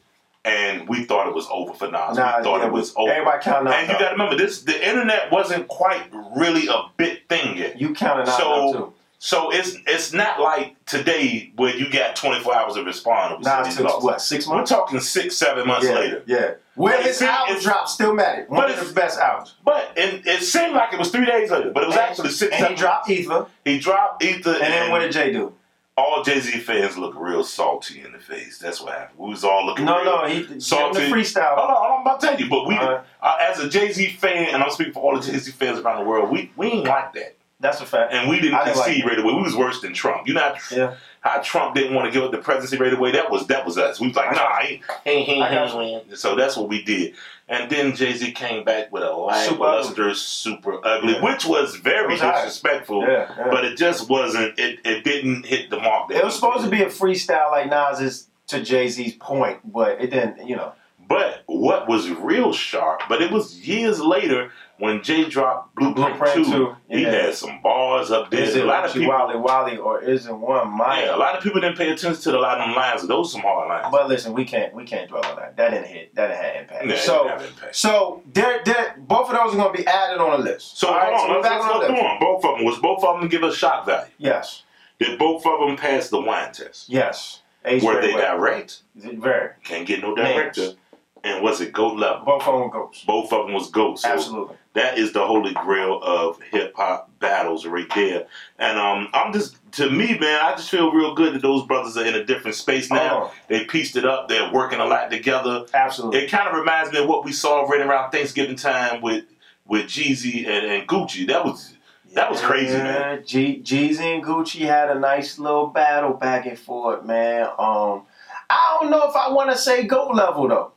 [SPEAKER 5] And we thought it was over for Nas.
[SPEAKER 4] Nah,
[SPEAKER 5] we thought
[SPEAKER 4] yeah,
[SPEAKER 5] it was
[SPEAKER 4] we-
[SPEAKER 5] over.
[SPEAKER 4] everybody counting out
[SPEAKER 5] And you
[SPEAKER 4] Nas.
[SPEAKER 5] got to remember, this the internet wasn't quite really a big thing yet.
[SPEAKER 4] You counted out
[SPEAKER 5] so,
[SPEAKER 4] too.
[SPEAKER 5] so it's it's not like today where you got 24 hours to respond. with
[SPEAKER 4] Nas
[SPEAKER 5] these
[SPEAKER 4] took
[SPEAKER 5] losses.
[SPEAKER 4] what six
[SPEAKER 5] We're
[SPEAKER 4] months?
[SPEAKER 5] talking six, seven months
[SPEAKER 4] yeah,
[SPEAKER 5] later.
[SPEAKER 4] yeah. When
[SPEAKER 5] But
[SPEAKER 4] his
[SPEAKER 5] it-
[SPEAKER 4] album
[SPEAKER 5] it-
[SPEAKER 4] dropped, still mad it. One
[SPEAKER 5] But
[SPEAKER 4] of
[SPEAKER 5] it-
[SPEAKER 4] his best albums.
[SPEAKER 5] But it, it seemed like it was three days later, but it was actually six.
[SPEAKER 4] And he
[SPEAKER 5] seven-
[SPEAKER 4] dropped Ether.
[SPEAKER 5] He dropped Ether,
[SPEAKER 4] And then what did Jay do?
[SPEAKER 5] all Jay Z fans look real salty in the face. That's what happened. We was all looking.
[SPEAKER 4] No,
[SPEAKER 5] real
[SPEAKER 4] no, he- give him the
[SPEAKER 5] salty. Oh.
[SPEAKER 4] freestyle. Uh-huh.
[SPEAKER 5] Hold on, hold on, I'm about to tell you. But we,
[SPEAKER 4] All right.
[SPEAKER 5] uh, as a Jay Z fan, and I'm speaking for all the Jay Z fans around the world, we we ain't like that,
[SPEAKER 4] That's a fact.
[SPEAKER 5] and we didn't
[SPEAKER 4] I didn't like
[SPEAKER 5] concede
[SPEAKER 4] it.
[SPEAKER 5] right away. We was worse than Trump. You know how,
[SPEAKER 4] Yeah.
[SPEAKER 5] how Trump didn't want to give up the presidency right away. That was that was us. We was like,
[SPEAKER 4] I
[SPEAKER 5] nah,
[SPEAKER 4] got
[SPEAKER 5] I ain't, ain't, ain't,
[SPEAKER 4] I got
[SPEAKER 5] ain't. So that's what we did. And then Jay Z came back with a
[SPEAKER 4] Super
[SPEAKER 5] lackluster, super ugly,
[SPEAKER 4] Yeah.
[SPEAKER 5] which was very
[SPEAKER 4] It was hot.
[SPEAKER 5] disrespectful.
[SPEAKER 4] Yeah, yeah.
[SPEAKER 5] But it just wasn't. It, it didn't hit the mark. That
[SPEAKER 4] It was supposed to be a freestyle like Nas's to Jay Z's point, but it didn't. You know,
[SPEAKER 5] But what was real sharp, but it was years later when Jay dropped Blueprint,
[SPEAKER 4] Blueprint
[SPEAKER 5] 2,
[SPEAKER 4] Two,
[SPEAKER 5] he
[SPEAKER 4] yeah.
[SPEAKER 5] had some bars up there.
[SPEAKER 4] is it
[SPEAKER 5] A lot of
[SPEAKER 4] Lucky
[SPEAKER 5] people
[SPEAKER 4] Wally Wally or is it one Maya?
[SPEAKER 5] yeah, a lot of people didn't pay attention to a lot of them lines. Those some hard lines.
[SPEAKER 4] But listen, we can't we can't dwell on that. That didn't hit. That didn't have impact.
[SPEAKER 5] Yeah, it
[SPEAKER 4] so
[SPEAKER 5] didn't have impact.
[SPEAKER 4] so there there both of those are going to be added on the list.
[SPEAKER 5] so
[SPEAKER 4] All
[SPEAKER 5] hold
[SPEAKER 4] right,
[SPEAKER 5] on,
[SPEAKER 4] we're
[SPEAKER 5] let's,
[SPEAKER 4] back
[SPEAKER 5] let's
[SPEAKER 4] on
[SPEAKER 5] go
[SPEAKER 4] the
[SPEAKER 5] through
[SPEAKER 4] list.
[SPEAKER 5] them. Both of them was both of them give a shock value.
[SPEAKER 4] Yes,
[SPEAKER 5] Did both of them pass the wine test?
[SPEAKER 4] yes. Ace
[SPEAKER 5] Were they
[SPEAKER 4] Frehley.
[SPEAKER 5] direct?
[SPEAKER 4] Very.
[SPEAKER 5] Can't get no director.
[SPEAKER 4] Names.
[SPEAKER 5] And was it goat level?
[SPEAKER 4] Both of them goats.
[SPEAKER 5] Both of them was goats. So
[SPEAKER 4] Absolutely.
[SPEAKER 5] That is the holy grail of hip hop battles right there. And um, I'm just to me, man, I just feel real good that those brothers are in a different space now.
[SPEAKER 4] Oh.
[SPEAKER 5] They pieced it up. They're working a lot together.
[SPEAKER 4] Absolutely.
[SPEAKER 5] It kind of reminds me of what we saw right around Thanksgiving time with with Jeezy and, and Gucci. That was that was crazy, man.
[SPEAKER 4] Yeah, G- Jeezy and Gucci had a nice little battle back and forth, man. Um, I don't know if I want to say GOAT level though.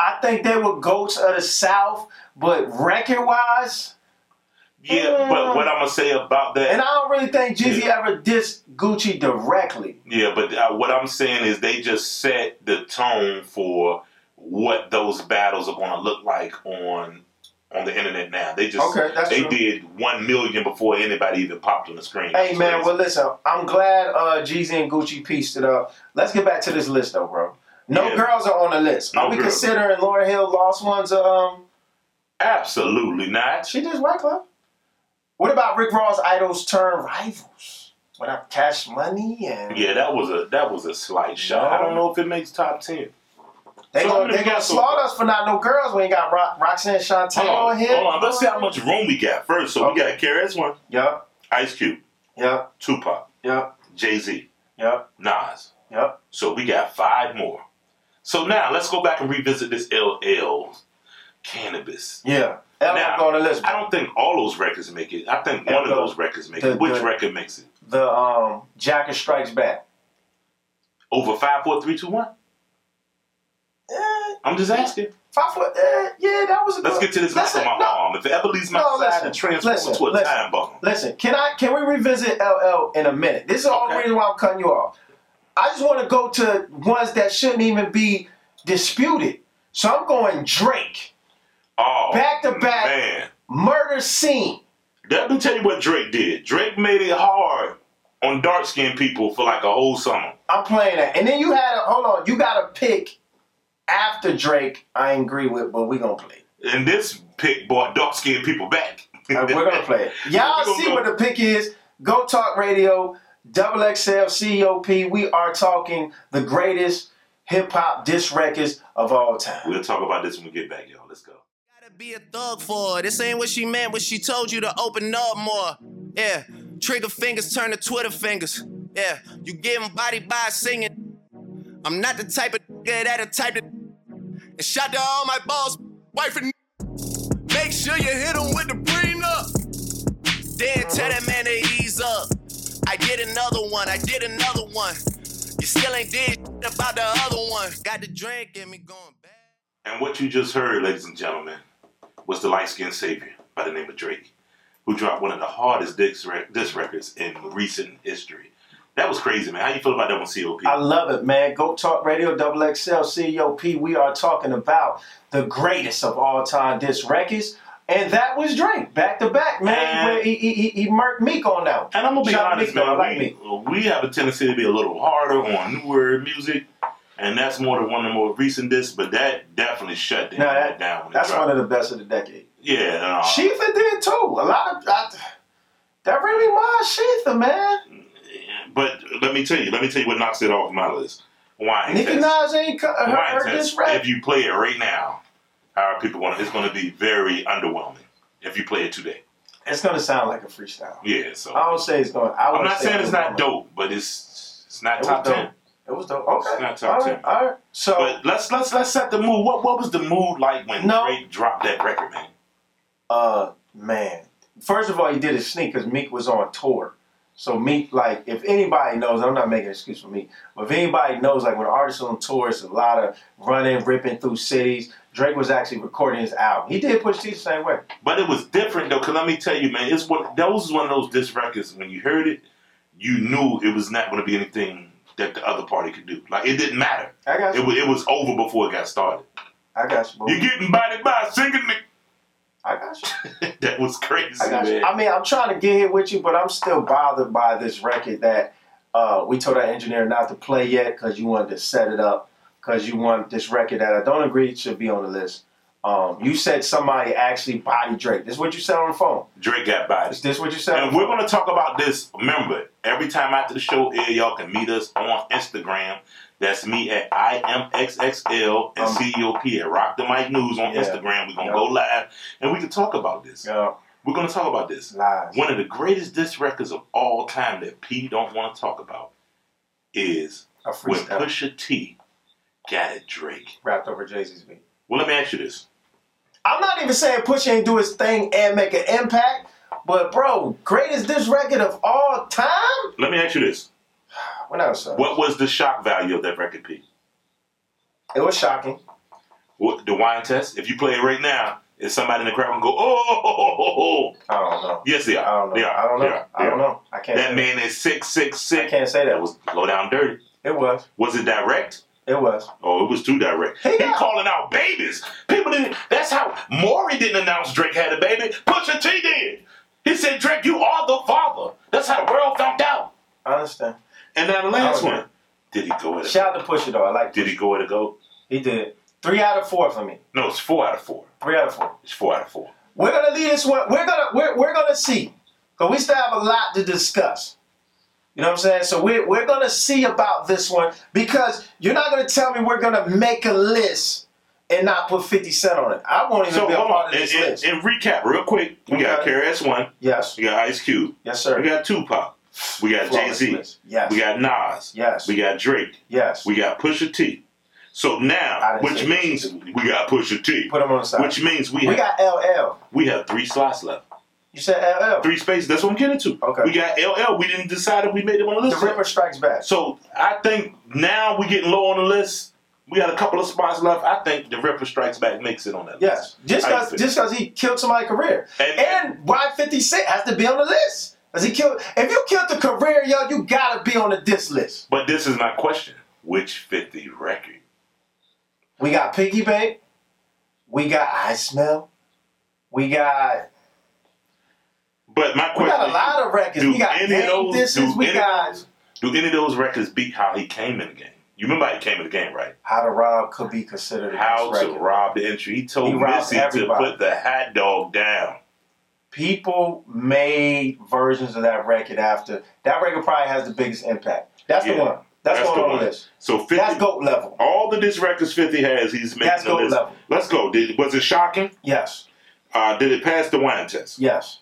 [SPEAKER 4] I think they were goats of the South, but record wise,
[SPEAKER 5] Yeah, but what I'm gonna say about that?
[SPEAKER 4] and I don't really think Jeezy
[SPEAKER 5] Yeah.
[SPEAKER 4] ever dissed Gucci directly.
[SPEAKER 5] Yeah, but uh, what I'm saying is they just set the tone for what those battles are going to look like on on the internet now. They just
[SPEAKER 4] Okay, that's
[SPEAKER 5] they
[SPEAKER 4] true.
[SPEAKER 5] did one million before anybody even popped on the screen.
[SPEAKER 4] Hey
[SPEAKER 5] It's
[SPEAKER 4] man,
[SPEAKER 5] crazy.
[SPEAKER 4] well listen, I'm glad uh, Jeezy and Gucci pieced it up. Let's get back to this list though, bro. No
[SPEAKER 5] Yeah.
[SPEAKER 4] girls are on the list.
[SPEAKER 5] No
[SPEAKER 4] are we
[SPEAKER 5] girls.
[SPEAKER 4] considering Laura Hill Lost Ones? Um,
[SPEAKER 5] absolutely not.
[SPEAKER 4] She just white club. What about Rick Ross idols turn rivals? What up, Cash Money and
[SPEAKER 5] Yeah, that was a that was a slight shot. I don't know if it makes top ten.
[SPEAKER 4] they
[SPEAKER 5] So how
[SPEAKER 4] gonna
[SPEAKER 5] many
[SPEAKER 4] they
[SPEAKER 5] we
[SPEAKER 4] gonna
[SPEAKER 5] got so
[SPEAKER 4] slaughter
[SPEAKER 5] far?
[SPEAKER 4] us for not no girls. We ain't got Ro- Roxanne Shante
[SPEAKER 5] Hold on,
[SPEAKER 4] on here.
[SPEAKER 5] hold on. Let's see how much room we got first. So we
[SPEAKER 4] Okay.
[SPEAKER 5] got Carrie's one,
[SPEAKER 4] Yup,
[SPEAKER 5] Ice Cube,
[SPEAKER 4] yup,
[SPEAKER 5] Tupac,
[SPEAKER 4] yup,
[SPEAKER 5] Jay Z,
[SPEAKER 4] yup,
[SPEAKER 5] Nas.
[SPEAKER 4] yup.
[SPEAKER 5] So we got five more. So now let's go back and revisit this LL cannabis.
[SPEAKER 4] Yeah, Ella
[SPEAKER 5] Now,
[SPEAKER 4] on the list.
[SPEAKER 5] I don't think all those records make it. I think one of
[SPEAKER 4] the-
[SPEAKER 5] those records make
[SPEAKER 4] the-
[SPEAKER 5] it. Which
[SPEAKER 4] the-
[SPEAKER 5] record makes it?
[SPEAKER 4] The um, Jacker Strikes Back.
[SPEAKER 5] Over five, four, three, two, one.
[SPEAKER 4] Eh,
[SPEAKER 5] I'm just asking.
[SPEAKER 4] five foot. Eh, yeah, that was a.
[SPEAKER 5] Let's
[SPEAKER 4] good-
[SPEAKER 5] get to this
[SPEAKER 4] Listen,
[SPEAKER 5] listen, on my
[SPEAKER 4] no,
[SPEAKER 5] arm. If it ever leaves my
[SPEAKER 4] No,
[SPEAKER 5] side,
[SPEAKER 4] listen,
[SPEAKER 5] it transforms
[SPEAKER 4] listen,
[SPEAKER 5] into a
[SPEAKER 4] listen.
[SPEAKER 5] time bomb.
[SPEAKER 4] Listen, can I can we revisit LL in a minute? This is the only
[SPEAKER 5] Okay.
[SPEAKER 4] reason why I'm cutting you off. I just want to go to ones that shouldn't even be disputed. So I'm going Drake,
[SPEAKER 5] Oh,
[SPEAKER 4] Back to back.
[SPEAKER 5] Man,
[SPEAKER 4] murder scene.
[SPEAKER 5] let me tell you what Drake did. Drake made it hard on dark skinned people for like a whole summer.
[SPEAKER 4] I'm playing that. And then you had a hold on, you gotta pick after Drake, I agree with, but we gonna play.
[SPEAKER 5] And this pick brought dark skinned people back.
[SPEAKER 4] it. Uh, We're gonna play it. Y'all
[SPEAKER 5] We gonna
[SPEAKER 4] see
[SPEAKER 5] go.
[SPEAKER 4] what the pick is. Go Talk Radio, Double XL, COP. E We are talking the greatest hip hop disc records of all time.
[SPEAKER 5] We'll talk about this when we get back, y'all. Let's go.
[SPEAKER 7] Gotta be a thug for her. This ain't what she meant when she told you to open up more. Yeah, trigger fingers turn to Twitter fingers. Yeah, you getting body by singing. I'm not the type of nigga that a type to and shout to all my boss, wife, and make sure you hit him with the prenup. Then tell that man to ease up. I did another one, I did another one. You still ain't did shit about the other one. Got the drink and me going back.
[SPEAKER 5] And what you just heard, ladies and gentlemen, was the light skinned savior by the name of Drake, who dropped one of the hardest disc, rec- disc records in recent history. That was crazy, man. How you feel about that one, COP?
[SPEAKER 4] I love it, man. Go Talk Radio, Double XL, COP. E We are talking about the greatest of all time disc records. And that was Drake, back to back, man.
[SPEAKER 5] And-
[SPEAKER 4] Where he, he, he, he murked Meek on that one.
[SPEAKER 5] And I'm gonna be
[SPEAKER 4] Shout out Meek,
[SPEAKER 5] honest,
[SPEAKER 4] though.
[SPEAKER 5] man.
[SPEAKER 4] I like
[SPEAKER 5] we,
[SPEAKER 4] Meek.
[SPEAKER 5] we have a tendency to be a little harder on newer music, and that's more than one of the more recent discs. But that definitely shut the
[SPEAKER 4] No,
[SPEAKER 5] internet
[SPEAKER 4] that,
[SPEAKER 5] down. When
[SPEAKER 4] that's
[SPEAKER 5] it dropped.
[SPEAKER 4] one of the best of the decade.
[SPEAKER 5] yeah. No,
[SPEAKER 4] Sheetha did too. A lot of I, that really reminds Sheetha, man.
[SPEAKER 5] but let me tell you, let me tell you what knocks it off my list. Wine
[SPEAKER 4] Nicki
[SPEAKER 5] test.
[SPEAKER 4] Minaj ain't cut her,
[SPEAKER 5] Wine
[SPEAKER 4] her
[SPEAKER 5] test.
[SPEAKER 4] this rap.
[SPEAKER 5] If you play it right now, our people want it's going to be very underwhelming if you play it today.
[SPEAKER 4] It's gonna sound like a freestyle.
[SPEAKER 5] Yeah. So
[SPEAKER 4] I don't say it's going. Oh, I
[SPEAKER 5] I'm
[SPEAKER 4] wouldn't
[SPEAKER 5] not
[SPEAKER 4] say
[SPEAKER 5] saying
[SPEAKER 4] it
[SPEAKER 5] it's
[SPEAKER 4] was
[SPEAKER 5] not dope, but it's it's not
[SPEAKER 4] It
[SPEAKER 5] top
[SPEAKER 4] was dope.
[SPEAKER 5] ten.
[SPEAKER 4] It was dope. Okay,
[SPEAKER 5] It's not top
[SPEAKER 4] all right,
[SPEAKER 5] 10.
[SPEAKER 4] all right. So
[SPEAKER 5] But let's let's let's set the mood. What what was the mood like when
[SPEAKER 4] No.
[SPEAKER 5] Drake dropped that record, man?
[SPEAKER 4] Uh, man. First of all, he did it sneak because Meek was on tour. So Meek, like, if anybody knows, I'm not making an excuse for Meek, but if anybody knows, like, when an artist is on tour, it's a lot of running, ripping through cities. Drake was actually recording his album. He did push T the same way.
[SPEAKER 5] But it was different though, cause let me tell you, man, it's one that was one of those disc records. When you heard it, you knew it was not going to be anything that the other party could do. Like it didn't matter.
[SPEAKER 4] I got
[SPEAKER 5] It
[SPEAKER 4] you.
[SPEAKER 5] was it was over before it got started.
[SPEAKER 4] I got you, bro.
[SPEAKER 5] You getting bodied by a singing nigga.
[SPEAKER 4] I got you.
[SPEAKER 5] that was crazy,
[SPEAKER 4] I got you.
[SPEAKER 5] man.
[SPEAKER 4] I mean, I'm trying to get here with you, but I'm still bothered by this record that uh, we told our engineer not to play yet because you wanted to set it up because you want this record that I don't agree should be on the list. Um, you said somebody actually body Drake. This is what you said on the phone.
[SPEAKER 5] Drake got bodied.
[SPEAKER 4] Is this what you said? on
[SPEAKER 5] And
[SPEAKER 4] the
[SPEAKER 5] we're
[SPEAKER 4] phone?
[SPEAKER 5] going to talk about this. Remember, every time after the show, air, y'all can meet us on Instagram. That's me at IMXXL and
[SPEAKER 4] Um,
[SPEAKER 5] CEOP at Rock the Mic News on
[SPEAKER 4] yeah.
[SPEAKER 5] Instagram. We're going
[SPEAKER 4] Yeah.
[SPEAKER 5] to go live and we can talk about this.
[SPEAKER 4] Yeah,
[SPEAKER 5] We're going to talk about this.
[SPEAKER 4] lies.
[SPEAKER 5] One of the greatest disc records of all time that P don't want to talk about is
[SPEAKER 4] A
[SPEAKER 5] when
[SPEAKER 4] freestyle
[SPEAKER 5] Pusha T got at Drake.
[SPEAKER 4] wrapped over Jay Z's beat.
[SPEAKER 5] Well, let me ask you this.
[SPEAKER 4] I'm not even saying Pusha ain't do his thing and make an impact, but bro, greatest this record of all time.
[SPEAKER 5] Let me ask you this.
[SPEAKER 4] When I was uh, son.
[SPEAKER 5] What was the shock value of that record, P?
[SPEAKER 4] it was shocking.
[SPEAKER 5] What, the wine test. If you play it right now, is somebody in the crowd gonna go, oh, oh, oh, oh, oh.
[SPEAKER 4] I don't know.
[SPEAKER 5] yes, they are.
[SPEAKER 4] I don't know.
[SPEAKER 5] They are.
[SPEAKER 4] I don't
[SPEAKER 5] They
[SPEAKER 4] know.
[SPEAKER 5] are.
[SPEAKER 4] I
[SPEAKER 5] They
[SPEAKER 4] don't
[SPEAKER 5] are.
[SPEAKER 4] know. I can't.
[SPEAKER 5] That man is six, six,
[SPEAKER 4] I
[SPEAKER 5] six.
[SPEAKER 4] can't say
[SPEAKER 5] That
[SPEAKER 4] that.
[SPEAKER 5] was low down dirty.
[SPEAKER 4] It was.
[SPEAKER 5] Was it direct?
[SPEAKER 4] It was.
[SPEAKER 5] Oh, it was too direct. He,
[SPEAKER 4] He got-
[SPEAKER 5] calling out babies. People didn't. That's how Maury didn't announce Drake had a baby. Pusha T did. He said, Drake, you are the father. That's how the world found out.
[SPEAKER 4] I understand.
[SPEAKER 5] And now the last
[SPEAKER 4] Oh, yeah.
[SPEAKER 5] one. Did he go at a
[SPEAKER 4] Shout out to Pusha though. I like.
[SPEAKER 5] Did he go at a go?
[SPEAKER 4] He did three out of four for me.
[SPEAKER 5] No, it's four out of four.
[SPEAKER 4] Three out of four.
[SPEAKER 5] It's four out of four.
[SPEAKER 4] We're gonna leave this one. We're gonna we're, we're gonna see. Cause we still have a lot to discuss. You know what I'm saying? So we're we're gonna see about this one because you're not gonna tell me we're gonna make a list and not put 50 Cent on it. I won't even
[SPEAKER 5] So
[SPEAKER 4] be a
[SPEAKER 5] hold
[SPEAKER 4] part
[SPEAKER 5] on.
[SPEAKER 4] of
[SPEAKER 5] And,
[SPEAKER 4] this
[SPEAKER 5] and,
[SPEAKER 4] list.
[SPEAKER 5] and recap real quick. We got
[SPEAKER 4] Okay.
[SPEAKER 5] KRS One.
[SPEAKER 4] yes.
[SPEAKER 5] We got Ice Cube.
[SPEAKER 4] Yes,
[SPEAKER 5] We
[SPEAKER 4] sir.
[SPEAKER 5] got Tupac. We got Jay
[SPEAKER 4] Flawless
[SPEAKER 5] Z.
[SPEAKER 4] list. Yes.
[SPEAKER 5] We got Nas.
[SPEAKER 4] Yes.
[SPEAKER 5] We got Drake.
[SPEAKER 4] yes.
[SPEAKER 5] We got Pusha T. So
[SPEAKER 4] I
[SPEAKER 5] now,
[SPEAKER 4] didn't
[SPEAKER 5] which
[SPEAKER 4] say
[SPEAKER 5] means we got Pusha T.
[SPEAKER 4] put him on the side.
[SPEAKER 5] Which means we
[SPEAKER 4] we
[SPEAKER 5] have,
[SPEAKER 4] got LL.
[SPEAKER 5] we have three slots left,
[SPEAKER 4] You said LL.
[SPEAKER 5] three spaces. That's what I'm getting to.
[SPEAKER 4] Okay.
[SPEAKER 5] We got LL. We didn't decide if we made it on the
[SPEAKER 4] the
[SPEAKER 5] list.
[SPEAKER 4] Ripper Strikes Back.
[SPEAKER 5] So I think now we're getting low on the list. We got a couple of spots left. I think the Ripper Strikes Back makes it on that
[SPEAKER 4] Yes,
[SPEAKER 5] list.
[SPEAKER 4] just
[SPEAKER 5] How you
[SPEAKER 4] because
[SPEAKER 5] feel?
[SPEAKER 4] just because he killed somebody's career,
[SPEAKER 5] And-
[SPEAKER 4] and, why Fifty Cent has to be on the list? Cause he killed. If you killed the career, yo, you gotta be on the diss list.
[SPEAKER 5] But this is my question: Which 50 record?
[SPEAKER 4] We got Piggy Bank, we got I Smell, we got
[SPEAKER 5] But my
[SPEAKER 4] we
[SPEAKER 5] question:
[SPEAKER 4] got a lot of records.
[SPEAKER 5] do
[SPEAKER 4] We got
[SPEAKER 5] any of
[SPEAKER 4] name
[SPEAKER 5] those-
[SPEAKER 4] disses.
[SPEAKER 5] do
[SPEAKER 4] We
[SPEAKER 5] any of
[SPEAKER 4] got
[SPEAKER 5] Do any of those records beat how he came in the game? You remember how he came in the game, right?
[SPEAKER 4] How to Rob could be considered a
[SPEAKER 5] How
[SPEAKER 4] diss
[SPEAKER 5] to
[SPEAKER 4] record.
[SPEAKER 5] rob the entry. He told
[SPEAKER 4] He robbed
[SPEAKER 5] Missy to
[SPEAKER 4] everybody.
[SPEAKER 5] put the hot dog down.
[SPEAKER 4] People made versions of that record after that record probably has the biggest impact. That's
[SPEAKER 5] Yeah.
[SPEAKER 4] the one. That's, the one on the list.
[SPEAKER 5] So 50,
[SPEAKER 4] That's goat level.
[SPEAKER 5] all the disc records 50 has, he's making
[SPEAKER 4] That's
[SPEAKER 5] the
[SPEAKER 4] gold
[SPEAKER 5] list.
[SPEAKER 4] level.
[SPEAKER 5] Let's go. Did, was it shocking?
[SPEAKER 4] Yes,
[SPEAKER 5] Uh, did it pass the wine test?
[SPEAKER 4] yes,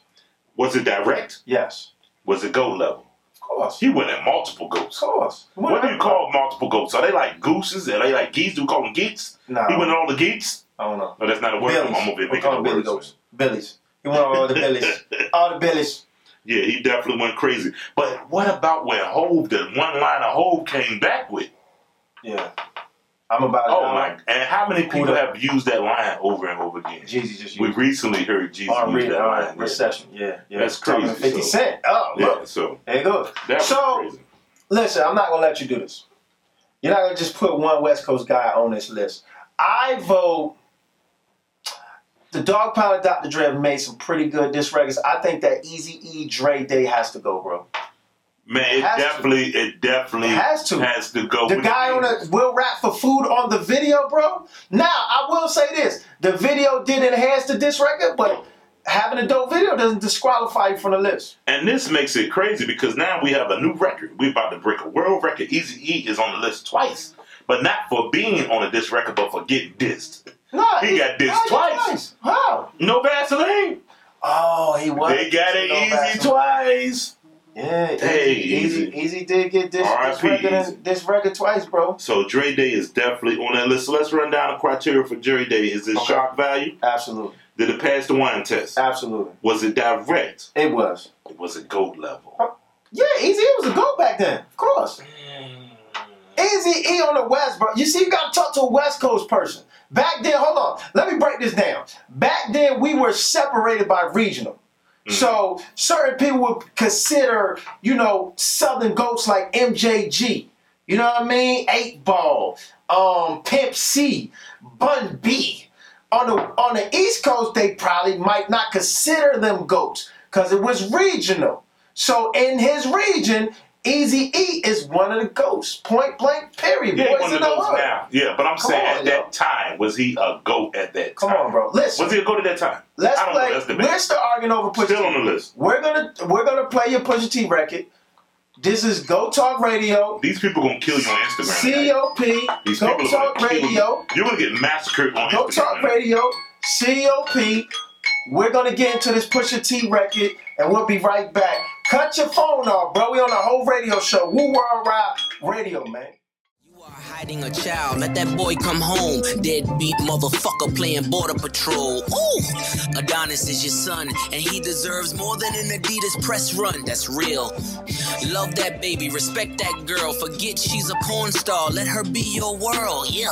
[SPEAKER 5] Was it direct?
[SPEAKER 4] yes.
[SPEAKER 5] Was it gold level?
[SPEAKER 4] Of course.
[SPEAKER 5] He winning multiple goats.
[SPEAKER 4] Of course. He
[SPEAKER 5] What
[SPEAKER 4] winning
[SPEAKER 5] do you call multiple goats? Are they like gooses? Are they like geese? Do we call them geeks?
[SPEAKER 4] No.
[SPEAKER 5] He winning all the geeks?
[SPEAKER 4] I don't know.
[SPEAKER 5] No, that's not a word.
[SPEAKER 4] Billies.
[SPEAKER 5] I'm over here
[SPEAKER 4] We
[SPEAKER 5] making
[SPEAKER 4] call
[SPEAKER 5] up
[SPEAKER 4] them Billy
[SPEAKER 5] words.
[SPEAKER 4] goats. Billies. He won all the billies. All the billies.
[SPEAKER 5] Yeah, he definitely went crazy. But what about when Hove, the one line of Hove came back with?
[SPEAKER 4] Yeah. I'm about to
[SPEAKER 5] Oh
[SPEAKER 4] die.
[SPEAKER 5] my! And how many people
[SPEAKER 4] um, Who the-
[SPEAKER 5] have used that line over and over again?
[SPEAKER 4] Jeezy just
[SPEAKER 5] We
[SPEAKER 4] used
[SPEAKER 5] recently heard Jesus
[SPEAKER 4] R
[SPEAKER 5] use
[SPEAKER 4] Red
[SPEAKER 5] that
[SPEAKER 4] R
[SPEAKER 5] line.
[SPEAKER 4] recession. Yeah, yeah.
[SPEAKER 5] That's
[SPEAKER 4] Talking
[SPEAKER 5] crazy,
[SPEAKER 4] Fifty
[SPEAKER 5] so-
[SPEAKER 4] Cent. Oh,
[SPEAKER 5] Yeah,
[SPEAKER 4] look,
[SPEAKER 5] so
[SPEAKER 4] there you go.
[SPEAKER 5] that was
[SPEAKER 4] so
[SPEAKER 5] crazy.
[SPEAKER 4] listen, I'm not gonna let you do this. You're not gonna just put one West Coast guy on this list. I vote. The Dog Pound and Dr. Dre have made some pretty good disc records. I think that Easy E Dre Day has to go, bro.
[SPEAKER 5] Man, it
[SPEAKER 4] has to.
[SPEAKER 5] definitely, it definitely
[SPEAKER 4] It has to.
[SPEAKER 5] has to go.
[SPEAKER 4] The
[SPEAKER 5] with
[SPEAKER 4] guy on
[SPEAKER 5] music.
[SPEAKER 4] the will rap for food on the video, bro. Now I will say this: the video did enhance the disc record, but having a dope video doesn't disqualify you from the list.
[SPEAKER 5] And this makes it crazy because now we have a new record. We're about to break a world record. Easy E is on the list twice, but not for being on a diss record, but for getting dissed.
[SPEAKER 4] No,
[SPEAKER 5] He got dissed
[SPEAKER 4] how you
[SPEAKER 5] twice.
[SPEAKER 4] How?
[SPEAKER 5] No Vaseline.
[SPEAKER 4] Oh, he was.
[SPEAKER 5] they got it
[SPEAKER 4] No
[SPEAKER 5] easy
[SPEAKER 4] bad.
[SPEAKER 5] twice.
[SPEAKER 4] Yeah,
[SPEAKER 5] Hey,
[SPEAKER 4] easy,
[SPEAKER 5] Easy.
[SPEAKER 4] easy, easy did get this, this
[SPEAKER 5] R.I.P.
[SPEAKER 4] record
[SPEAKER 5] Easy.
[SPEAKER 4] and this record twice, bro.
[SPEAKER 5] So Dre Day is definitely on that list. So let's run down the criteria for Dre Day. Is it
[SPEAKER 4] Okay. Uh,
[SPEAKER 5] shock value?
[SPEAKER 4] Absolutely,
[SPEAKER 5] Did it pass the wine test?
[SPEAKER 4] absolutely.
[SPEAKER 5] Was it direct?
[SPEAKER 4] It was.
[SPEAKER 5] It was it gold level?
[SPEAKER 4] Yeah, Easy E was a goat back then, of course. Easy E on the West, bro. You see, you gotta talk to a West Coast person. Back then, hold on, let me break this down. Back then, we were separated by regional.
[SPEAKER 5] Mm.
[SPEAKER 4] So certain people would consider, you know, Southern goats like MJG. You know what I mean? Eight Ball, um, Pimp C, Bun B. On the on the East Coast, they probably might not consider them goats because it was regional. So in his region, Easy E is one of the goats. Point blank. Period.
[SPEAKER 5] Yeah,
[SPEAKER 4] Boys
[SPEAKER 5] one
[SPEAKER 4] in
[SPEAKER 5] of
[SPEAKER 4] the
[SPEAKER 5] those
[SPEAKER 4] hood.
[SPEAKER 5] now. Yeah, but I'm
[SPEAKER 4] Come
[SPEAKER 5] saying
[SPEAKER 4] on,
[SPEAKER 5] at that
[SPEAKER 4] yo.
[SPEAKER 5] time, was he a goat at that
[SPEAKER 4] Come
[SPEAKER 5] time?
[SPEAKER 4] on, bro. Listen.
[SPEAKER 5] Was he a goat at that time?
[SPEAKER 4] Let's
[SPEAKER 5] I don't know.
[SPEAKER 4] play.
[SPEAKER 5] That's the
[SPEAKER 4] we're still arguing over Pusha
[SPEAKER 5] Still
[SPEAKER 4] T.
[SPEAKER 5] on the list.
[SPEAKER 4] We're gonna we're gonna play your Pusha T record. This is Go Talk Radio,
[SPEAKER 5] These people gonna kill you on Instagram. tonight.
[SPEAKER 4] COP,
[SPEAKER 5] These
[SPEAKER 4] Go
[SPEAKER 5] people are
[SPEAKER 4] Talk
[SPEAKER 5] gonna kill you.
[SPEAKER 4] Radio,
[SPEAKER 5] You're gonna get massacred on
[SPEAKER 4] Go
[SPEAKER 5] Instagram.
[SPEAKER 4] Talk
[SPEAKER 5] tonight.
[SPEAKER 4] Radio, COP. We're gonna get into this Pusha T record, and we'll be right back. Cut your phone off, bro. We on the whole radio show, Woo Worldwide Radio, man.
[SPEAKER 10] You are hiding a child. Let that boy come home. Deadbeat motherfucker playing border patrol. Ooh, Adonis is your son, and he deserves more than an Adidas press run. That's real. Love that baby. Respect that girl. Forget she's a porn star. Let her be your world. Yeah.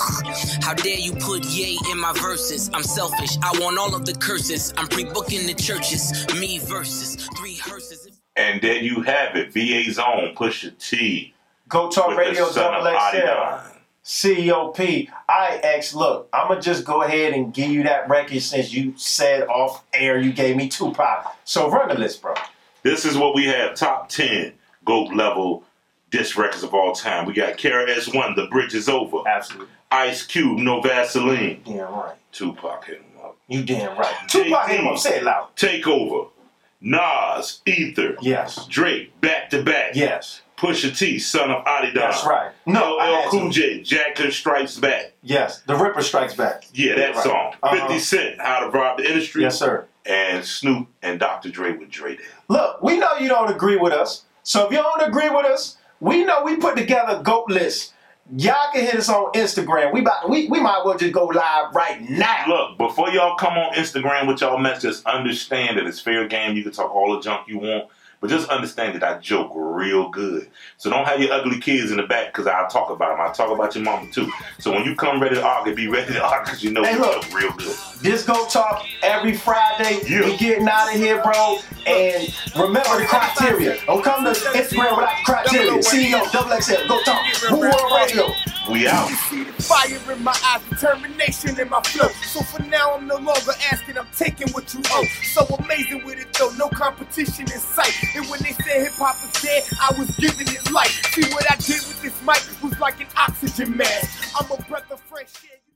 [SPEAKER 10] How dare you put yay in my verses? I'm selfish. I want all of the curses. I'm pre-booking the churches. Me versus three hearses.
[SPEAKER 5] And there you have it. VA Zone, Pusha T.
[SPEAKER 4] Go Talk
[SPEAKER 5] With the
[SPEAKER 4] Radio,
[SPEAKER 5] son
[SPEAKER 4] Double
[SPEAKER 5] of Adi
[SPEAKER 4] XL.
[SPEAKER 5] Nine.
[SPEAKER 4] COP. IX, look, I'm going to just go ahead and give you that record since you said off air you gave me Tupac. So run the list, bro.
[SPEAKER 5] This is what we have top 10 GOAT level disc records of all time. We got Kara S1, The Bridge is Over.
[SPEAKER 4] Absolutely.
[SPEAKER 5] Ice Cube, No Vaseline.
[SPEAKER 4] Damn right.
[SPEAKER 5] Tupac hit him up.
[SPEAKER 4] You damn right. Tupac
[SPEAKER 5] Jay-Z.
[SPEAKER 4] hit him up. Say it loud.
[SPEAKER 5] Takeover. Nas, Ether.
[SPEAKER 4] Yes.
[SPEAKER 5] Drake, Back to Back.
[SPEAKER 4] Yes.
[SPEAKER 5] Pusha T, Son of Adidas.
[SPEAKER 4] That's right. No, I
[SPEAKER 5] LL
[SPEAKER 4] had to.
[SPEAKER 5] Cool J, Jackson Strikes Back.
[SPEAKER 4] Yes. The Ripper Strikes Back.
[SPEAKER 5] Yeah, that
[SPEAKER 4] Right.
[SPEAKER 5] song.
[SPEAKER 4] Uh-huh.
[SPEAKER 5] 50 Cent, How to Rob the Industry.
[SPEAKER 4] Yes, sir.
[SPEAKER 5] And Snoop and Dr. Dre with Dre Day.
[SPEAKER 4] Look, we know you don't agree with us. So if you don't agree with us, we know we put together a GOAT list. Y'all can hit us on Instagram. We about we, we might as well just go live right now.
[SPEAKER 5] Look, before y'all come on Instagram with y'all mess, just understand that it's fair game. You can talk all the junk you want, but just understand that I joke real good. So don't have your ugly kids in the back because I'll talk about them. I'll talk about your mama too. So when you come ready to argue, be ready to argue because you know
[SPEAKER 4] Hey,
[SPEAKER 5] we
[SPEAKER 4] look.
[SPEAKER 5] joke real good.
[SPEAKER 4] This go talk every Friday.
[SPEAKER 5] Yeah.
[SPEAKER 4] We getting out of here, bro. And remember the criteria. Don't come to Instagram without the criteria. E CEO, double XL, go talk. Who World Radio.
[SPEAKER 5] We out.
[SPEAKER 6] see the fire in my eyes, determination in my flow. So for now, I'm no longer asking, I'm taking what you owe. So amazing with it though, no competition in sight. And when they said hip hop is dead, I was giving it life. See what I did with this mic was like an oxygen mask.